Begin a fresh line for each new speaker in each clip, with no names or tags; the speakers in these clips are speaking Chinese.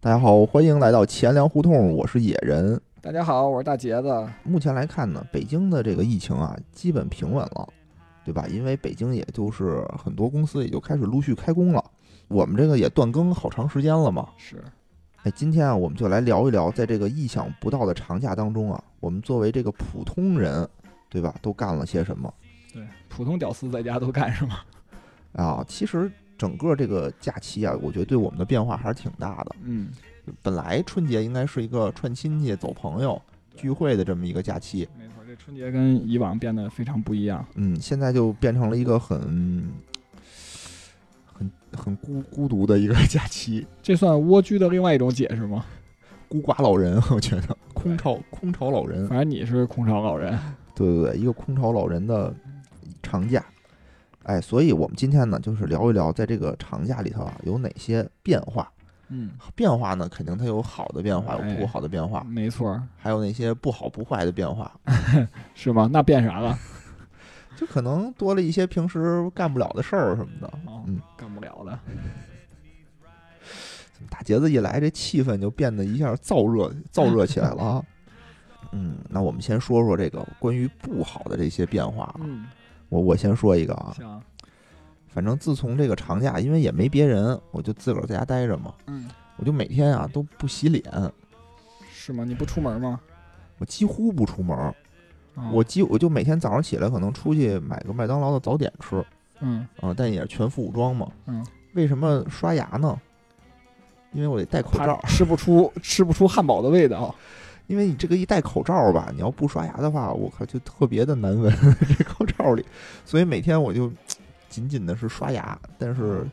大家好，欢迎来到钱粮胡同，我是野人。
大家好，我是大杰子。
目前来看呢，北京的这个疫情啊，基本平稳了，对吧？因为北京也就是很多公司也就开始陆续开工了，我们这个也断更好长时间了嘛。
是，
哎，今天啊，我们就来聊一聊，在这个意想不到的长假当中啊，我们作为这个普通人，对吧，都干了些什么
对，普通屌丝在家都干什么？
啊？其实整个这个假期啊，我觉得对我们的变化还是挺大的。
嗯，
本来春节应该是一个串亲戚、走朋友、聚会的这么一个假期，
没错，这春节跟以往变得非常不一样。
嗯，现在就变成了一个很、很、很孤孤独的一个假期，
这算蜗居的另外一种解释吗？
孤寡老人，我觉得空巢空巢老人，
反正你是空巢老人。
对对对，一个空巢老人的长假。哎，所以我们今天呢，就是聊一聊在这个长假里头啊，有哪些变化。
嗯，
变化呢，肯定它有好的变化，有
哎
不好的变化，
没错，
还有那些不好不坏的变化。
是吗？那变啥了？
就可能多了一些平时干不了的事儿什么的。
哦
嗯，
干不了了。
大杰子一来，这气氛就变得一下燥热燥热起来了啊。嗯，那我们先说说这个关于不好的这些变化啊。
嗯，
我我先说一个啊，
行。
反正自从这个长假，因为也没别人，我就自个儿在家待着嘛，
嗯，
我就每天啊都不洗脸，
是吗？你不出门吗？
我几乎不出门儿，
啊
我几我就每天早上起来可能出去买个麦当劳的早点吃
嗯
啊，但也是全副武装嘛。
嗯，
为什么刷牙呢？因为我得戴口罩
怕，吃不出吃不出汉堡的味道。
因为你这个一戴口罩吧，你要不刷牙的话，我靠就特别的难 闻这口罩里，所以每天我就紧紧的是刷牙，但是
嗯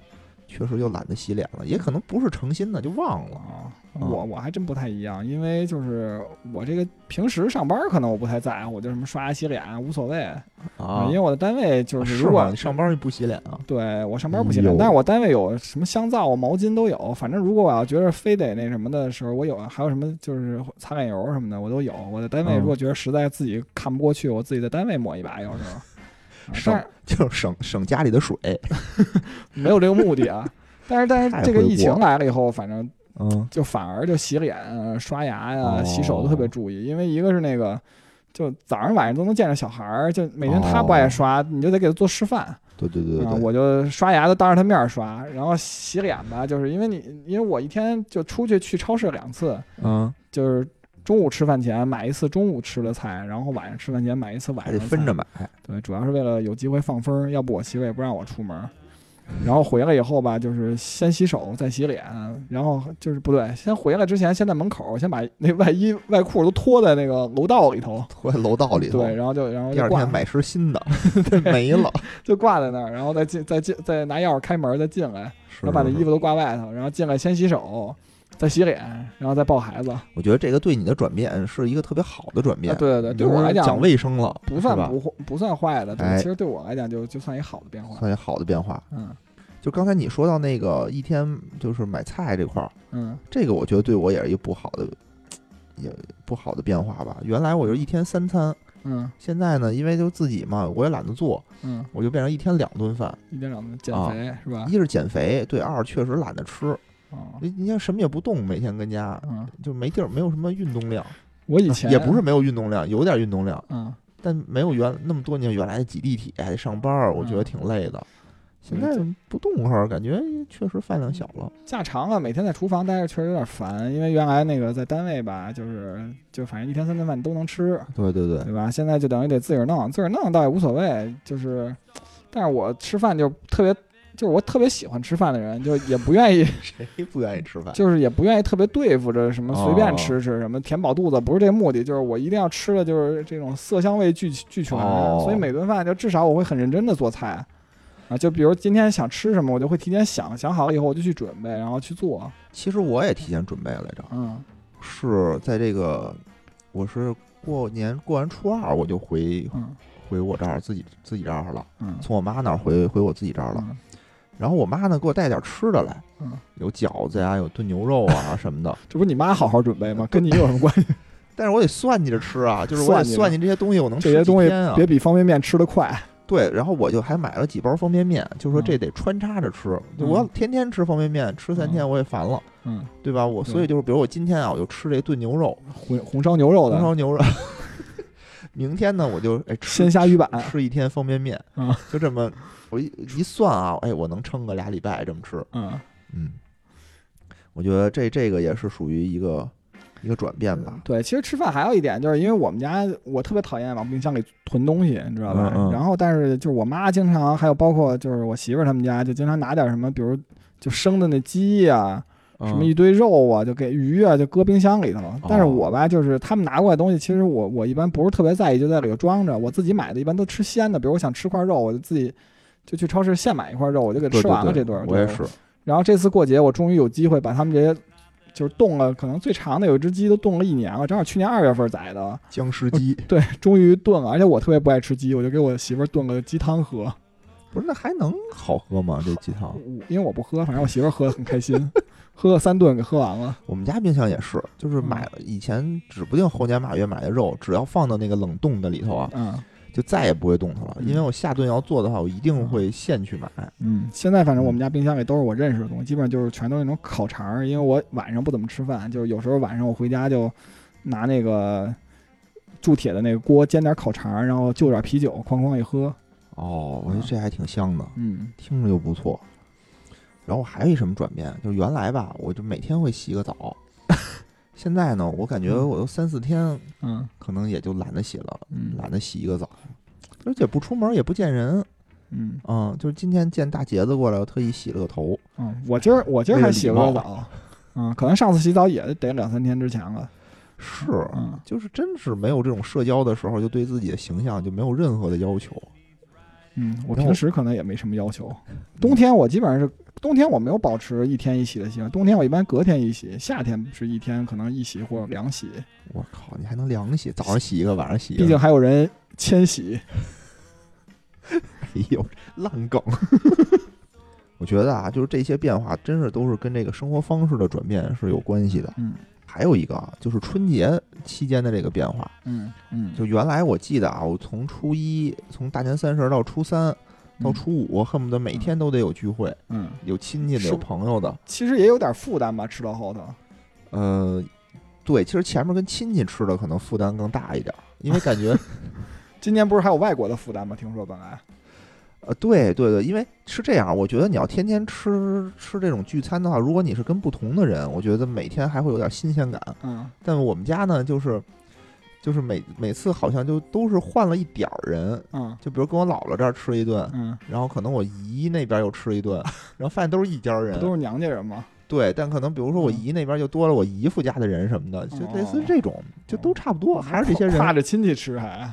确实又懒得洗脸了，也可能不是诚心的，就忘了。
啊，
嗯
我我还真不太一样，因为就是我这个平时上班可能我不太在乎，我就什么刷牙洗脸无所谓，
啊
因为我的单位就是
是
如
吗？
果
你上班就不洗脸啊？
对我上班不洗
有
脸，但是我单位有什么香皂、毛巾都有。反正如果我要觉得非得那什么的时候，我有，啊还有什么就是擦脸油什么的，我都有。我在单位
嗯
如果觉得实在自己看不过去，我自己在单位抹一把，有 时候。啊
省
但是
就是省省家里的水。
没有这个目的 啊。但是但
太
是这个
回
疫情
国
来了以后，反正
嗯，
就反而就洗脸、啊刷牙呀、
哦
洗手都特别注意，因为一个是那个。就早上晚上都能见着小孩儿，就每天他不
哦
爱刷，你就得给他做示范。
对对对对
啊，
对，
我就刷牙都当着他面儿刷，然后洗脸吧，就是因为你，因为我一天就出去去超市两次，
嗯，
就是中午吃饭前买一次中午吃的菜，然后晚上吃饭前买一次晚
还
上
得
的
分
菜
着。买。
对，主要是为了有机会放风儿，要不我媳妇儿也不让我出门儿。然后回来以后吧，就是先洗手，再洗脸，然后就是不对，先回来之前先在门口先把那外衣外裤都脱在那个楼道里头，
拖在楼道里头，
对，然后就然后
第
就
二
挂
天买身新 的，没了。
就挂在那儿，然后再进再进再拿钥匙开门儿再进来。
是
然后把那
是
衣服都挂外头，然后进来先洗手，再洗脸，然后再抱孩子。啊，
我觉得这个对你的转变是一个特别好的转变。
啊对对对，对我来
讲，
讲
卫生了，
不
是
算
吧
不坏不算坏的，对，
哎
其实对我来讲就就算一好的变化。
算是好的变化。
嗯
就刚才你说到那个一天就是买菜这块儿，
嗯，
这个我觉得对我也是一不好的，也不好的变化吧。原来我就一天三餐，
嗯
现在呢，因为就自己嘛，我也懒得做，
嗯，
我就变成一天两顿饭。
一点两顿减
啊
肥是吧？
一是减肥，对；二确实懒得吃。
啊，
你你看什么也不动，每天跟家
嗯，
就没地儿，没有什么运动量。
我以前
啊也不是没有运动量，有点运动量，
嗯，
但没有原那么多年原来挤地铁还得上班儿，我
嗯
觉得挺累的。现在不动会儿，感觉确实饭量小了。
假长啊了，每天在厨房待着确实有点烦，因为原来那个在单位吧，就是就反正一天三顿饭你都能吃，
对对对，
对吧？现在就等于得自个儿弄，自个儿弄倒也无所谓，就是，但是我吃饭就特别，就是我特别喜欢吃饭的人，就也不愿意，
谁不愿意吃饭？
就是也不愿意特别对付着什么
哦
随便吃吃什么填饱肚子，不是这个目的，就是我一定要吃的就是这种色香味俱俱全，
哦
所以每顿饭就至少我会很认真的做菜。啊，就比如今天想吃什么，我就会提前想想好了以后，我就去准备，然后去做。
其实我也提前准备来着，
嗯，
是在这个，我是过年过完初二我就回
嗯
回我这儿自己自己这儿了，
嗯，
从我妈那儿回回我自己这儿了。
嗯
然后我妈呢给我带点吃的来
嗯，
有饺子呀，有炖牛肉 啊什么的。
这不是你妈好好 准备吗？跟你有什么关系？
但是我得算计着吃啊，就是我得
算计着
算计这些东西我能
这
吃
些东
几
西
天啊。
别比方便面吃的快。
对，然后我就还买了几包方便面，就说
嗯
这得穿插着吃。
嗯
我要天天吃方便面，吃三天我也烦了，
嗯，
对吧？我
对
所以就是，比如我今天啊，我就吃这炖牛肉、
红红烧牛肉
红
的
烧牛肉， 明天呢我就哎吃
鲜虾鱼板，
吃一天方便面
啊，
就这么我一一算啊，哎，我能撑个俩礼拜这么吃。
嗯，
嗯，我觉得这这个也是属于一个一个转变吧。
对，其实吃饭还有一点，就是因为我们家我特别讨厌往冰箱里囤东西，你知道吧？
嗯嗯
然后，但是就是我妈经常，还有包括就是我媳妇儿他们家，就经常拿点什么，比如就生的那鸡呀、什
嗯
么一堆肉啊，就给鱼啊，就搁冰箱里头。
哦
但是我吧，就是他们拿过来的东西，其实我我一般不是特别在意，就在里头装着。我自己买的，一般都吃鲜的。比如我想吃块肉，我就自己就去超市现买一块肉，我就给
嗯对
吃完了
对
这
对
顿儿。
我也
对
是。
然后这次过节，我终于有机会把他们这些就是冻了，可能最长的有一只鸡都冻了一年了，正好去年二月份宰的，
僵尸鸡
对，终于炖了。而且我特别不爱吃鸡，我就给我媳妇儿炖了鸡汤喝，
不是那还能好喝吗？这鸡汤
我，因为我不喝，反正我媳妇儿喝的很开心， 喝了三顿给喝完了。
我们家冰箱也是，
嗯
就是买了以前指不定猴年马月买的肉，只要放到那个冷冻的里头啊，
嗯
就再也不会动它了。
嗯
因为我下顿要做的话，我一定会现去买。
嗯，现在反正我们家冰箱里都是我认识的东西，基本上就是全都是那种烤肠儿，因为我晚上不怎么吃饭，就是有时候晚上我回家就拿那个铸铁的那个锅煎点烤肠儿，然后就点啤酒，哐哐一喝。
哦，我觉得这还挺香的，
嗯
听着就不错。然后还有一什么转变，就是原来吧，我就每天会洗个澡，现在呢，我感觉我都三四天，
嗯
可能也就懒得洗了，
嗯
懒得洗一个澡，而且不出门也不见人，
嗯
嗯，就是今天见大杰子过来，我特意洗了个头，
嗯，我今儿我今儿还洗
为了
过
礼貌
澡，嗯，可能上次洗澡也得两三天之前了。
是，
嗯
就是真是没有这种社交的时候，就对自己的形象就没有任何的要求。
嗯，我
然后
平时可能也没什么要求，冬天我基本上是。冬天我没有保持一天一洗的习惯，冬天我一般隔天一洗，夏天是一天可能一洗或者两洗，
我靠，你还能凉洗？早上洗一个，晚上洗一个，
毕竟还有人迁徙，
哎呦，烂梗。我觉得啊，就是这些变化，真是都是跟这个生活方式的转变是有关系的。
嗯
还有一个啊，就是春节期间的这个变化。
嗯嗯，
就原来我记得啊，我从初一，从大年三十到初三，到
嗯
初五，我恨不得每天都得有聚会，
嗯，
有亲戚的，
是
有朋友的。
其实也有点负担吧，吃到后头，
呃，对，其实前面跟亲戚吃的可能负担更大一点儿，因为感觉，
今年不是还有外国的负担吗？听说本来，
呃，对对对，因为是这样，我觉得你要天天吃吃这种聚餐的话，如果你是跟不同的人，我觉得每天还会有点新鲜感。
嗯
但我们家呢，就是就是每每次好像就都是换了一点儿人，
嗯
就比如跟我姥姥这儿吃一顿。
嗯，
然后可能我姨那边又吃一 顿，然后发现都是一家
不
人，
都是嗯娘家人吗？
对，但可能比如说我姨那边就多了我姨夫家的人什么的，就类
哦
似于这种，就都差不多，还是这些人
挎着亲戚吃还，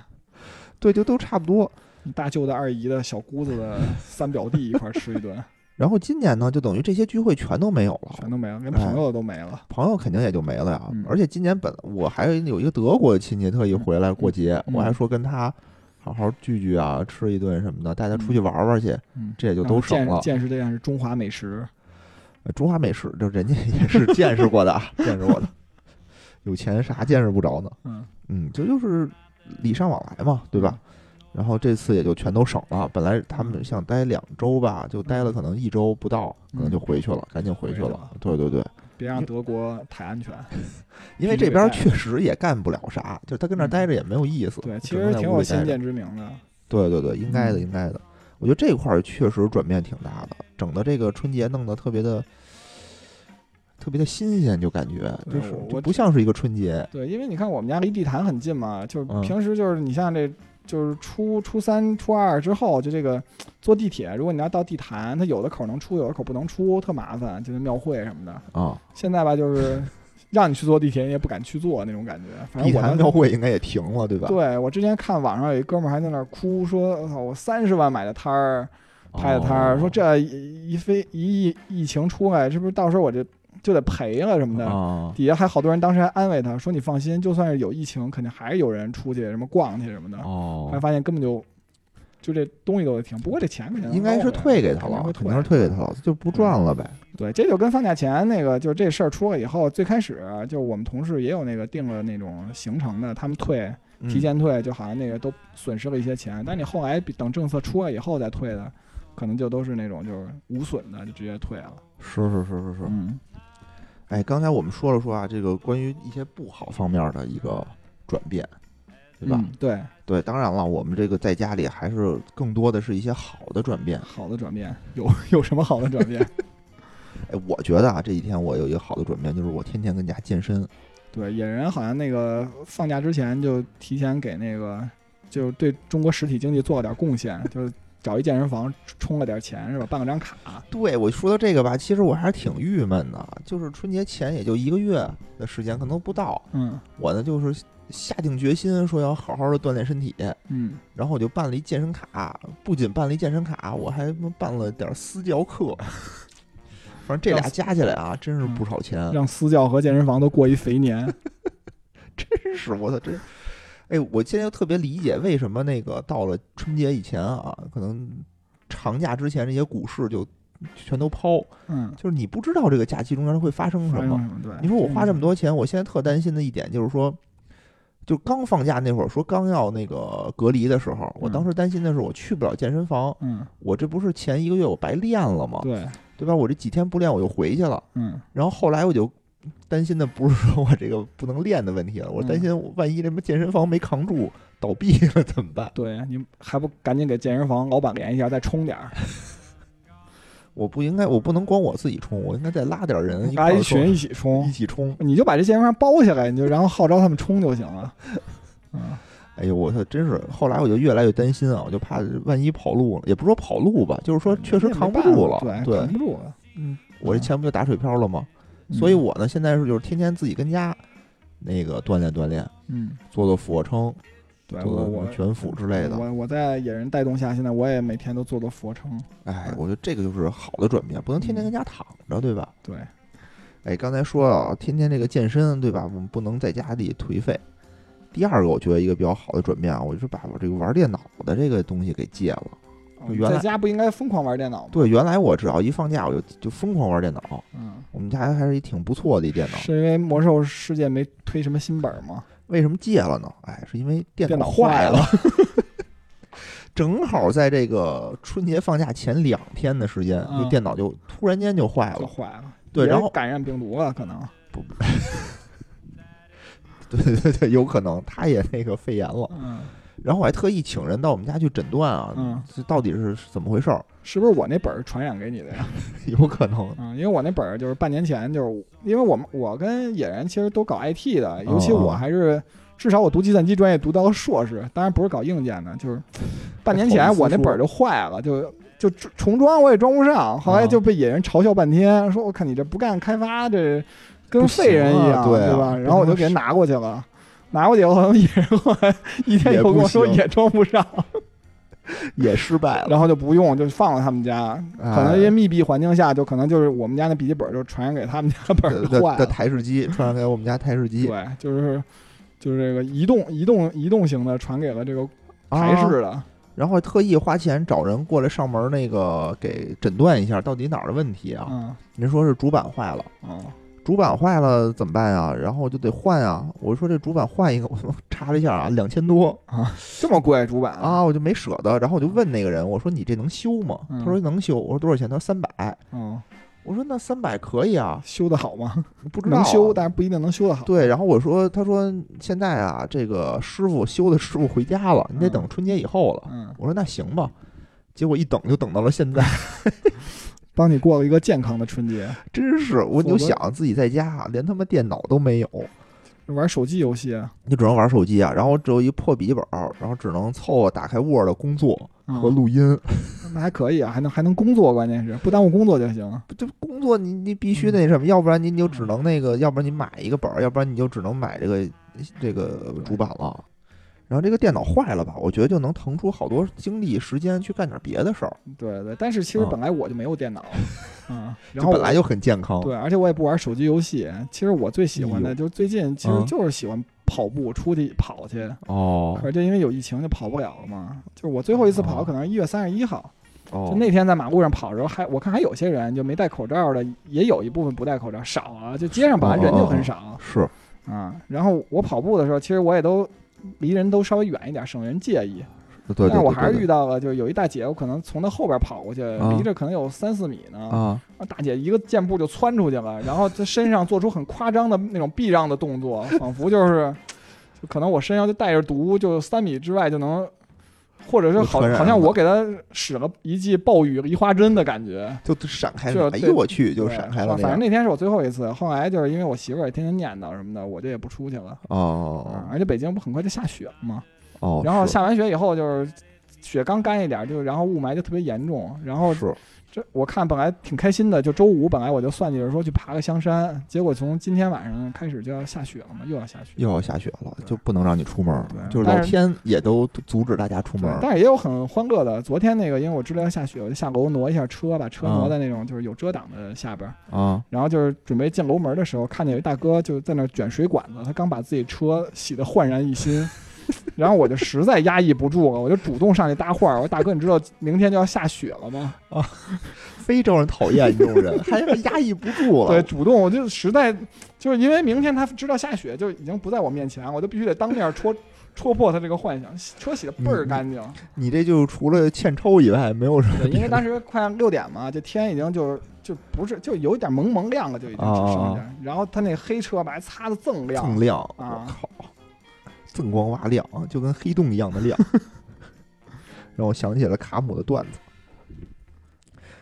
对，就都差不多。
你大舅的、二姨的、小姑子的三表弟一块儿吃一 顿，
然后今年呢，就等于这些聚会全都没有了，
全都没了，连朋友都没了。
朋友肯定也就没了呀。
嗯
而且今年本我还有一个德国的亲戚特意回来过节，
嗯
我还说跟他好好聚聚啊，吃一顿什么的，带他出去玩玩去，
嗯，
这也就
就
都省了。
见识这样是中华美食，
呃中华美食，就人家也是见识过 的，啊，见识过的，有钱啥见识不着呢？
嗯
嗯，这就是礼尚往来嘛，对吧？然后这次也就全都省了，本来他
嗯
们想待两周吧，就待了可能一周不到，可能就回去了，赶紧回去
嗯回
了
去了。
对对对，
别让德国太安全。
因为这边确实也干不了啥，就是他跟那儿待着也没有意思。
嗯对，其
只能
实
在
挺
屋
有
里待
先
着
见之明的。
对对对，应该的，
嗯
应该的。我觉得这块儿确实转变挺大的，整的这个春节弄得特别的。特别的新鲜，就感觉
对
就是
我
就
我
不像是一个春节，
对，因为你看我们家离地坛很近嘛，就是
嗯
平时就是你像这就是初初三、初二之后，就这个坐地铁，如果你要到地坛，它有的口能出，有的口不能出，特麻烦，就是庙会什么的。
啊。
现在吧，就是让你去坐地铁，你也不敢去坐那种感觉。反
地
正我
坛
当时
庙会应该也停了，对吧？
对我之前看网上有一哥们儿还在那儿哭，说哦我操，我三十万买的摊儿，拍的摊儿，
哦
说这一一飞一疫疫情出来，是不是到时候我这就得赔了什么的？
啊，
底下还好多人当时还安慰他说：“你放心，就算是有疫情，肯定还是有人出去什么逛去什么的。
哦
后来发现根本就就这东西都得停，不过这钱肯定
应该是退给他
肯定
了
会，
肯定是退给他。了，就不赚了呗。
对，这就跟放假前那个，就是这事儿出了以后，最开始就我们同事也有那个定了那种行程的，他们退嗯
嗯
提前退，就好像那个都损失了一些钱。但你后来比等政策出来以后再退的，可能就都是那种就是无损的，就直接退了。
是是是是是。
嗯，
哎，刚才我们说了说啊，这个关于一些不好方面的一个转变，对吧？
嗯对，
对，当然了，我们这个在家里还是更多的是一些好的转变。
好的转变有 有什么好的转变？
哎，我觉得啊，这几天我有一个好的转变，就是我天天跟家健身。
对，野人好像那个放假之前就提前给那个就是对中国实体经济做了点贡献，就是找一健身房充了点钱是吧？办了张卡。
对我说到这个吧，其实我还是挺郁闷的，就是春节前也就一个月的时间，可能不到，
嗯
我呢就是下定决心说要好好的锻炼身体，
嗯，
然后我就办了一健身卡，不仅办了一健身卡，我还办了点私教课。 反正这俩加起来啊，真是不少钱。
让私教和健身房都过一肥年。
真是我操，真，哎，我现在就特别理解为什么那个到了春节以前啊，可能长假之前这些股市就全都抛，
嗯，
就是你不知道这个假期中间会发生什
反
么。
正什么？对，
你说我花这么
多，
多钱，我现在特担心的一点就是说，就刚放假那会儿，说刚要那个隔离的时候，我当时担心的是我去不了健身房，
嗯，
我这不是前一个月我白练了吗？
对，
对吧？我这几天不练我就回去了，
嗯，
然后后来我就担心的不是说我这个不能练的问题了，我
嗯
担心我万一这么健身房没扛住倒闭了怎么办？
对，你还不赶紧给健身房老板联系一下，再充点儿，
我不应该，我不能光我自己冲，我应该再拉点人一块
大
儿
家一
冲
群一起
一
充，
起冲。
你就把这健身房包下来，你就然后号召他们充就行 了。嗯，
哎呦，我操，真是！后来我就越来越担心啊，我就怕万一跑路了，也不是说跑路吧，就是说确实
嗯你也没
扛不
办
住
法
了。
对，
对，
扛不住了。
嗯，我这钱不就打水漂了吗？所以
嗯
我呢，现在是就是天天自己跟家那个锻炼锻炼，
嗯，嗯，
做做俯卧撑，
对
做
我
做什
我
么卷腹之类的。
嗯我我在野人带动下，现在我也每天都做做俯卧撑。
哎，我觉得这个就是好的转变，不能天天跟家躺着，对吧？
对，
哎，刚才说了，天天这个健身，对吧？我们不能在家里颓废。第二个，我觉得一个比较好的转变啊，我就是把我这个玩电脑的这个东西给戒了。
哦
就
你
原
在
来
家不应该疯狂玩电脑吗？
对，原来我只要一放假，我就就疯狂玩电脑。
嗯，
我们家还是一挺不错的一电脑，
是因为魔兽世界没推什么新本儿吗？
为什么戒了呢？哎，是因为电
电脑
坏
坏了。
正好在这个春节放假前两天的时间，
嗯
就电脑就突然间就坏
就
了。
坏了。
对
也
然后哦
感染病毒了，可能。
对对对，有可能它也那个肺炎了。
嗯，
然后我还特意请人到我们家去诊断啊，
嗯
这到底是怎么回事儿？
是不是我那本儿传染给你的呀？
有可能，
嗯，因为我那本儿就是半年前，就是因为我们我跟野人其实都搞 IT 的，尤
哦
其我还是、至少我读计算机专业读到硕士，当然不是搞硬件 的，就是半年前我那本儿就坏了，就就重装我也装不上，后
哦
来就被野人嘲笑半天，说我看你这不干开发这跟废人一样，
不行啊对啊
吧？然后我就给人拿过去了。拿过去以后， 野人后来一天以后跟我说
也不行
也装不上，
也失败了。
然后就不用，就放到他们家。
啊
可能因为密闭环境下，就可能就是我们家那笔记本就传染给他们家本儿
的
就坏
的的
了。嗯
台式机传染给我们家台式机，
对，就是就是这个移动移动移动型的传给了这个
啊
台式的。
然后还特意花钱找人过来上门那个给诊断一下到底哪儿的问题啊？
嗯
您说是主板坏了，
嗯
主板坏了怎么办呀？然后就得换啊。我说这主板换一个， 我查了一下啊，两千多
啊，这么贵主板？
啊，我就没舍得。然后我就问那个人，我说你这能修吗？
嗯
他说能修。我说多少钱？他说三百。
嗯，
我说那三百可以啊，
修得好吗？
不知道啊
能修，但是不一定能修得好。
对，然后我说，他说现在啊，这个师傅修的师傅回家了，你得等春节以后了。
嗯，
我说那行吧，结果一等就等到了现在，
帮你过了一个健康的春节。
真是我你就
否则
想自己在家啊连他妈电脑都没有，
玩手机游戏，
你只能玩手机啊。然后我只有一破笔记本儿，然后只能凑合打开 Word 工作和
嗯，
录音。
那还可以啊，还能还能工作，关键是不耽误工作就行。
不就工作你你必须那什么，要不然你你就只能那个，要不然你买一个本儿，要不然你就只能买这个这个主板了。然后这个电脑坏了吧，我觉得就能腾出好多精力时间去干点别的事儿。
对对，但是其实
嗯
本来我就没 有电脑，嗯，然
就
后
本来
我
就很健康。
对，而且我也不玩手机游戏。其实我最喜欢
哎
的
呦
就是最近，其实
嗯
就是喜欢跑步，出去跑去。
哦
可是就因为有疫情，就跑不了了嘛。就是我最后一次跑，
哦
可能是一月三十一号。就
哦，
那天在马路上跑的时候，还我看还有些人就没戴口罩的，也有一部分不戴口罩，
哦
少啊。就街上本来人就很少
是
啊。然后我跑步的时候，其实我也都离人都稍微远一点，省人介意。
对对对
但是我还是
对
遇到了，就是有一大姐，我可能从她后边跑过去，
啊
离着可能有三四米呢。
啊，
啊大姐一个箭步就窜出去了，然后她身上做出很夸张的那种避让的动作，仿佛就是，就可能我身上就带着毒，就三米之外就能，或者是好
传染了
好像我给她使了一记暴雨移花针的感觉，
就闪开
就
了，哎
对
呦我去，就
对
闪开了那
反正
样。
那天是我最后一次，后来就是因为我媳妇儿也天天念叨什么的，我就也不出去了。啊
哦
而且北京不很快就下雪了吗？
哦，
然后
是
下完雪以后就是雪刚干一点儿，就然后雾霾就特别严重。然后
是
这我看本来挺开心的，就周五本来我就算计着说去爬个香山，结果从今天晚上开始就要下雪了嘛，又要下雪。
又要下雪了，
对
就不能让你出门儿，
对
就是
但
老
是
天也都阻止大家出门
对
儿，
但是也有很欢乐的。昨天那个，因为我知道要下雪，我就下楼挪一下车，把车挪在那种就是有遮挡的下边儿。
啊。
然后就是准备进楼门的时候，看见有一大哥就在那儿卷水管子，他刚把自己车洗得焕然一新，然后我就实在压抑不住了，我就主动上去搭话儿，我说大哥，你知道明天就要下雪了吗？
非洲人讨厌这种人，还压抑不住了。
对，主动我就实在就是因为明天他知道下雪就已经不在我面前，我就必须得当面戳戳破他这个幻想，车洗得倍
嗯
儿干净。
你这就除了欠抽以外，没有什么
对，因为
别的
当时快六点嘛，这天已经就是就不是就有一点蒙蒙亮了，就已经只剩下。然后他那黑车吧还擦得锃亮，
哦锃亮，
啊
我靠，锃光瓦亮，啊就跟黑洞一样的 亮，让我想起了卡姆的段子。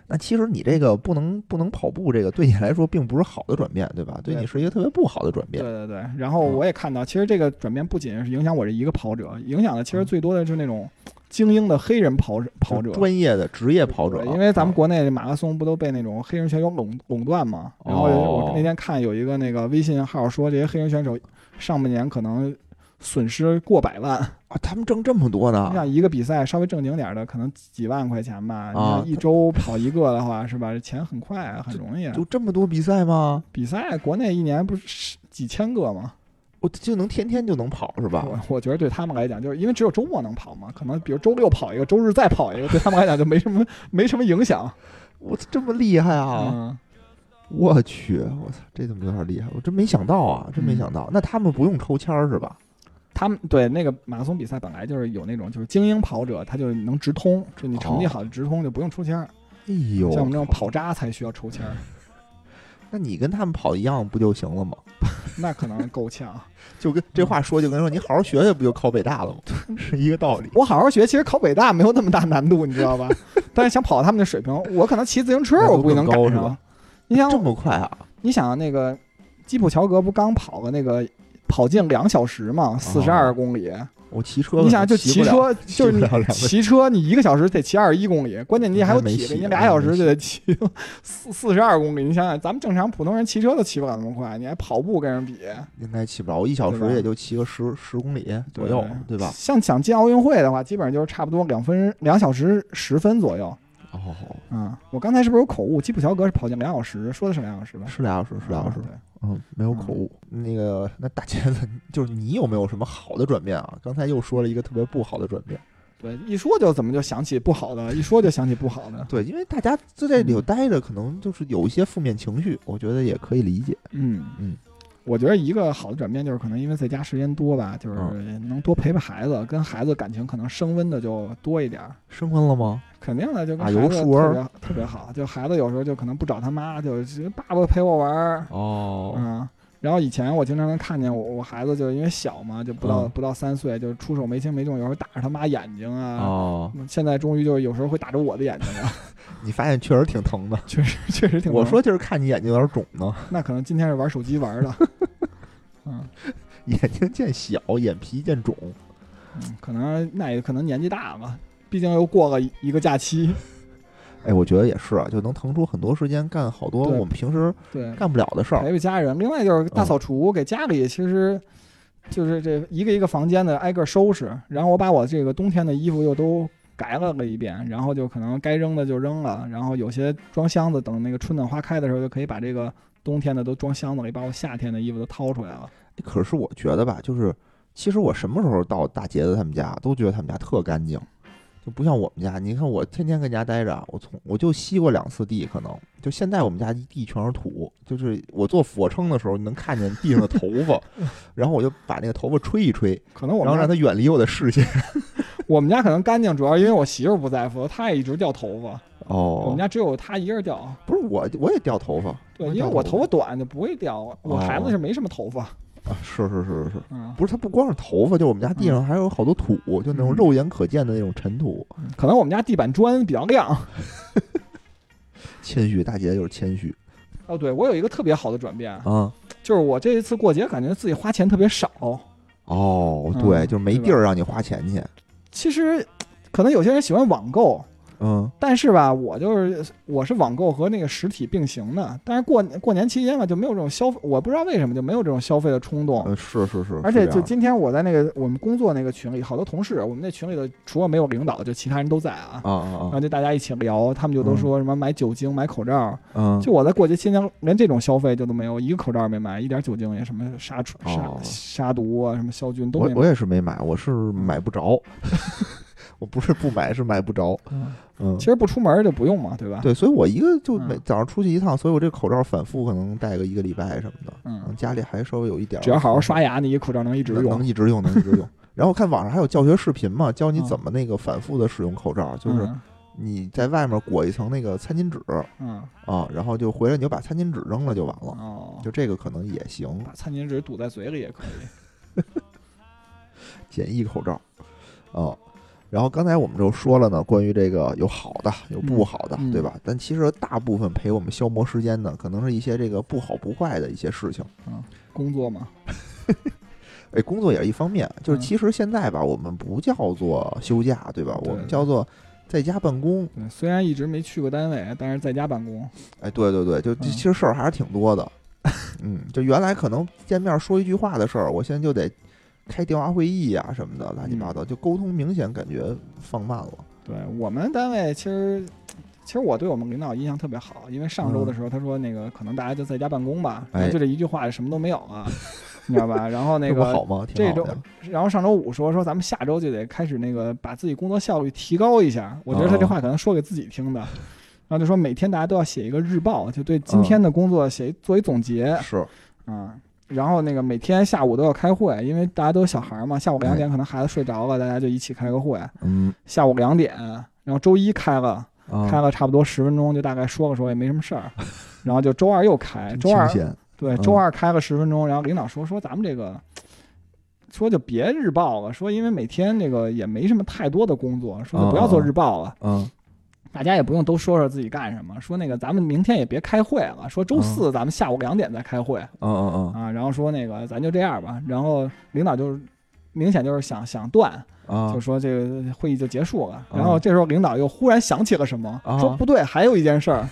那其实你这个不能不能跑步，这个对你来说并不是好的转变，对吧？对
对
你是一个特别不好的转变。
对对对，然后
嗯
我也看到，其实这个转变不仅是影响我这一个跑者，影响的其
嗯
实最多的是那种精英的黑人跑者跑者
就是。专业的职业跑者啊
对，因为咱们国内马拉松不都被那种黑人选手垄垄断嘛？然后
哦
我那天看有一个那个微信号说，这些黑人选手上半年可能损失过百万。
啊，他们挣这么多
你
呢，
想一个比赛稍微正经点儿的，可能几万块钱吧。你
啊
看一周跑一个的话，是吧？钱很快啊，很容易啊
就。这么多比赛吗？
比赛国内一年不是几千个吗？
我就能天天就能跑是吧？
我我觉得对他们来讲，就是因为只有周末能跑嘛，可能比如周六跑一个，周日再跑一个，对他们来讲就没什么没什么影响
啊我这么厉害啊！
嗯
我去，我操，这怎么有点厉害？我真没想到啊，真没
嗯
想到。那他们不用抽签儿是吧？
他们对那个马拉松比赛本来就是有那种就是精英跑者，他就能直通，就你成绩
哦
好就直通，就不用抽签儿。
哎呦，
像我们这种跑渣才需要抽签儿，
那你跟他们跑一样不就行了吗？
那可能够呛。啊
就跟这话说，就跟说你好好学学，不就考北大了吗？是一个道理。
我好好学，其实考北大没有那么大难度，你知道吧？但是想跑到他们的水平，我可能骑自行车
难度
我估计能
更高
赶
是吧
上。你想
这，么快啊？
你想那个基普乔格不刚跑个那个跑进两小时
哦
嘛，四十二公里。
我骑车，
你想，就
骑
骑
不了，
车，
骑不
就是你
了两个
骑车，你一个小时得骑二十一公里，关键你还有体力，
你还没
你
骑
俩小时就得骑四四十二公里。你想想，咱们正常普通人骑车都骑不了那么快，你还跑步跟人比，
应该骑不了。我一小时
对吧
也就骑个十十公里左右，对吧？
像想进奥运会的话，基本上就是差不多两分两小时十分左右。
哦，
啊，我刚才是不是有口误？基普乔格是跑进两小时，说的是两小时吧？
是俩小时，是俩小时
啊。对
嗯，没有口误。
嗯
那个，那大茄子，就是你有没有什么好的转变啊？刚才又说了一个特别不好的转变。
对，一说就怎么就想起不好的，一说就想起不好的。
对，因为大家就在里
嗯
头待着，可能就是有一些负面情绪，我觉得也可以理解。
嗯
嗯，
我觉得一个好的转变就是可能因为在家时间多吧，就是
嗯
能多陪陪孩子，跟孩子感情可能升温的就多一点儿。
升温了吗？
肯定的，就跟
啊
孩
有
子
数
特
儿嗯
别特别好，就孩子有时候就可能不找他妈，就直爸爸陪我玩儿，
哦
嗯。然后以前我经常能看见我我孩子，就是因为小嘛，就不到、
嗯
不到三岁，就出手没轻没重，有时候打着他妈眼睛啊，
哦，
嗯现在终于就是有时候会打着我的眼睛了，
你发现确实挺疼的。
确实确实 挺疼。
我说就是看你眼睛有点肿呢，
那可能今天是玩手机玩的，嗯
眼睛见小，眼皮见肿。
嗯，可能那也可能年纪大吧，毕竟又过了一一个假期，
哎，我觉得也是啊，就能腾出很多时间干好多
对哎
我们平时
对，
干不了的事儿。
陪陪家人。另外就是大扫除，给家里其实就是这一个一个房间的挨个收拾，然后我把我这个冬天的衣服又都。改了了一遍，然后就可能该扔的就扔了，然后有些装箱子，等那个春暖花开的时候，就可以把这个冬天的都装箱子里，把我夏天的衣服都掏出来了。
可是我觉得吧，就是其实我什么时候到大杰子他们家，都觉得他们家特干净。就不像我们家，你看我天天跟家待着，啊我从我就吸过两次地，可能就现在我们家一地全是土，就是我做俯卧撑的时候，你能看见地上的头 发，然后我就把那个头发吹一吹，
可能我
然后
们
让
家
它远离我的视线。
我们家可能干净，主要因为我媳妇儿不在乎，她也一直掉头发，我
哦
们，家只有她一人掉。
不是我，我也掉头发，
对，
也
因
掉
为我
头哦
头发短就不会掉，我孩子是没什么头发。
啊，是是是是是，
嗯，
不是它不光是头发，就我们家地上还有好多土，就那种
嗯
肉眼可见的那种尘土。
可能我们家地板砖比较亮。
谦虚，大姐就是谦虚
哦，对，我有一个特别好的转变，
啊。
就是我这一次过节感觉自己花钱特别少。
哦，
嗯
对，就是没
对吧
地儿让你花钱去。
其实，可能有些人喜欢网购，
嗯，
但是吧，我就是我是网购和那个实体并行的。但是过年过年期间吧，就没有这种消费，我不知道为什么就没有这种消费的冲动。
呃，是是是，
而
是
且
这
就
样
今天我在那个我们工作那个群里，好多同事，我们那群里的除了没有领导，就其他人都在啊。
啊啊
然
啊
后就大家一起聊，他们就都
嗯
说什么买酒精、买口罩。
嗯，
就我在过节期间，连这种消费就都没有，一个口罩也没买，一点酒精也什么杀虫、
哦
杀杀毒啊，什么消菌都
我
没
我
买。嗯
也是没买，我是买不着， 我不是不买，是买不着。
嗯
嗯
其，实不出门就不用嘛，对吧？
对，所以我一个就每
嗯
早上出去一趟，所以我这口罩反复可能戴个一个礼拜什么的。
嗯，
家里还稍微有一点儿，
只要好好刷牙，你一口罩能一直
能，
用
能。一直用，能一直 用。然后我看网上还有教学视频嘛，教你
嗯
怎么那个反复的使用口罩，就是
嗯
你在外面裹一层那个餐巾纸
嗯
啊，然后就回来你就把餐巾纸扔了就完了，
哦，
就这个可能也行。
把餐巾纸堵在嘴里也可以。
简易口罩，啊，然后刚才我们就说了呢，关于这个有好的，有不好的，
嗯嗯
对吧？但其实大部分陪我们消磨时间的，可能是一些这个不好不坏的一些事情。
工作嘛，
哎，工作也是一方面，就是
嗯
其实现在吧，我们不叫做休假，对吧？
对
我们叫做在家办公。
对，虽然一直没去过单位，但是在家办公。
哎，对对对，就
嗯
其实事儿还是挺多 的。嗯，就原来可能见面说一句话的事儿，我现在就得开电话会议啊什么的，乱七八
嗯
糟，就沟通明显感觉放慢了。
对我们单位其实。其实我对我们领导印象特别好，因为上周的时候他说那个可能大家就在家办公吧，
嗯哎
然后就这一句话什么都没有 啊，你知道吧？然后那
这不
个
好吗？挺
这
好
周
的呀。，
然后上周五说说咱们下周就得开始那个把自己工作效率提高一下。我觉得他这话可能说给自己听的，然后就说每天大家都要写一个日报，就对今天的工作写一做一总结啊、
是，
然后那个每天下午都要开会，因为大家都有小孩儿嘛，下午两
哎
点可能孩子睡着了，大家就一起开个会。
嗯，
下午两点，然后周一开了，
啊
开了差不多十分钟，就大概说了说也没什么事儿，然后就周二又开，周二
闲
对，
嗯
周二开个十分钟，然后领导说说咱们这个，说就别日报了，说因为每天这个也没什么太多的工作，说就不要做日报了，
嗯
大家也不用都说说自己干什么，说那个咱们明天也别开会了，说周四咱们下午两点再开会、
嗯嗯
啊，然后说那个咱就这样吧，然后领导就是明显就是想想断，
嗯
就
啊，
说这个会议就结束了。
嗯
然后这时候领导又忽然想起了什么，
啊
说不对，还有一件事儿，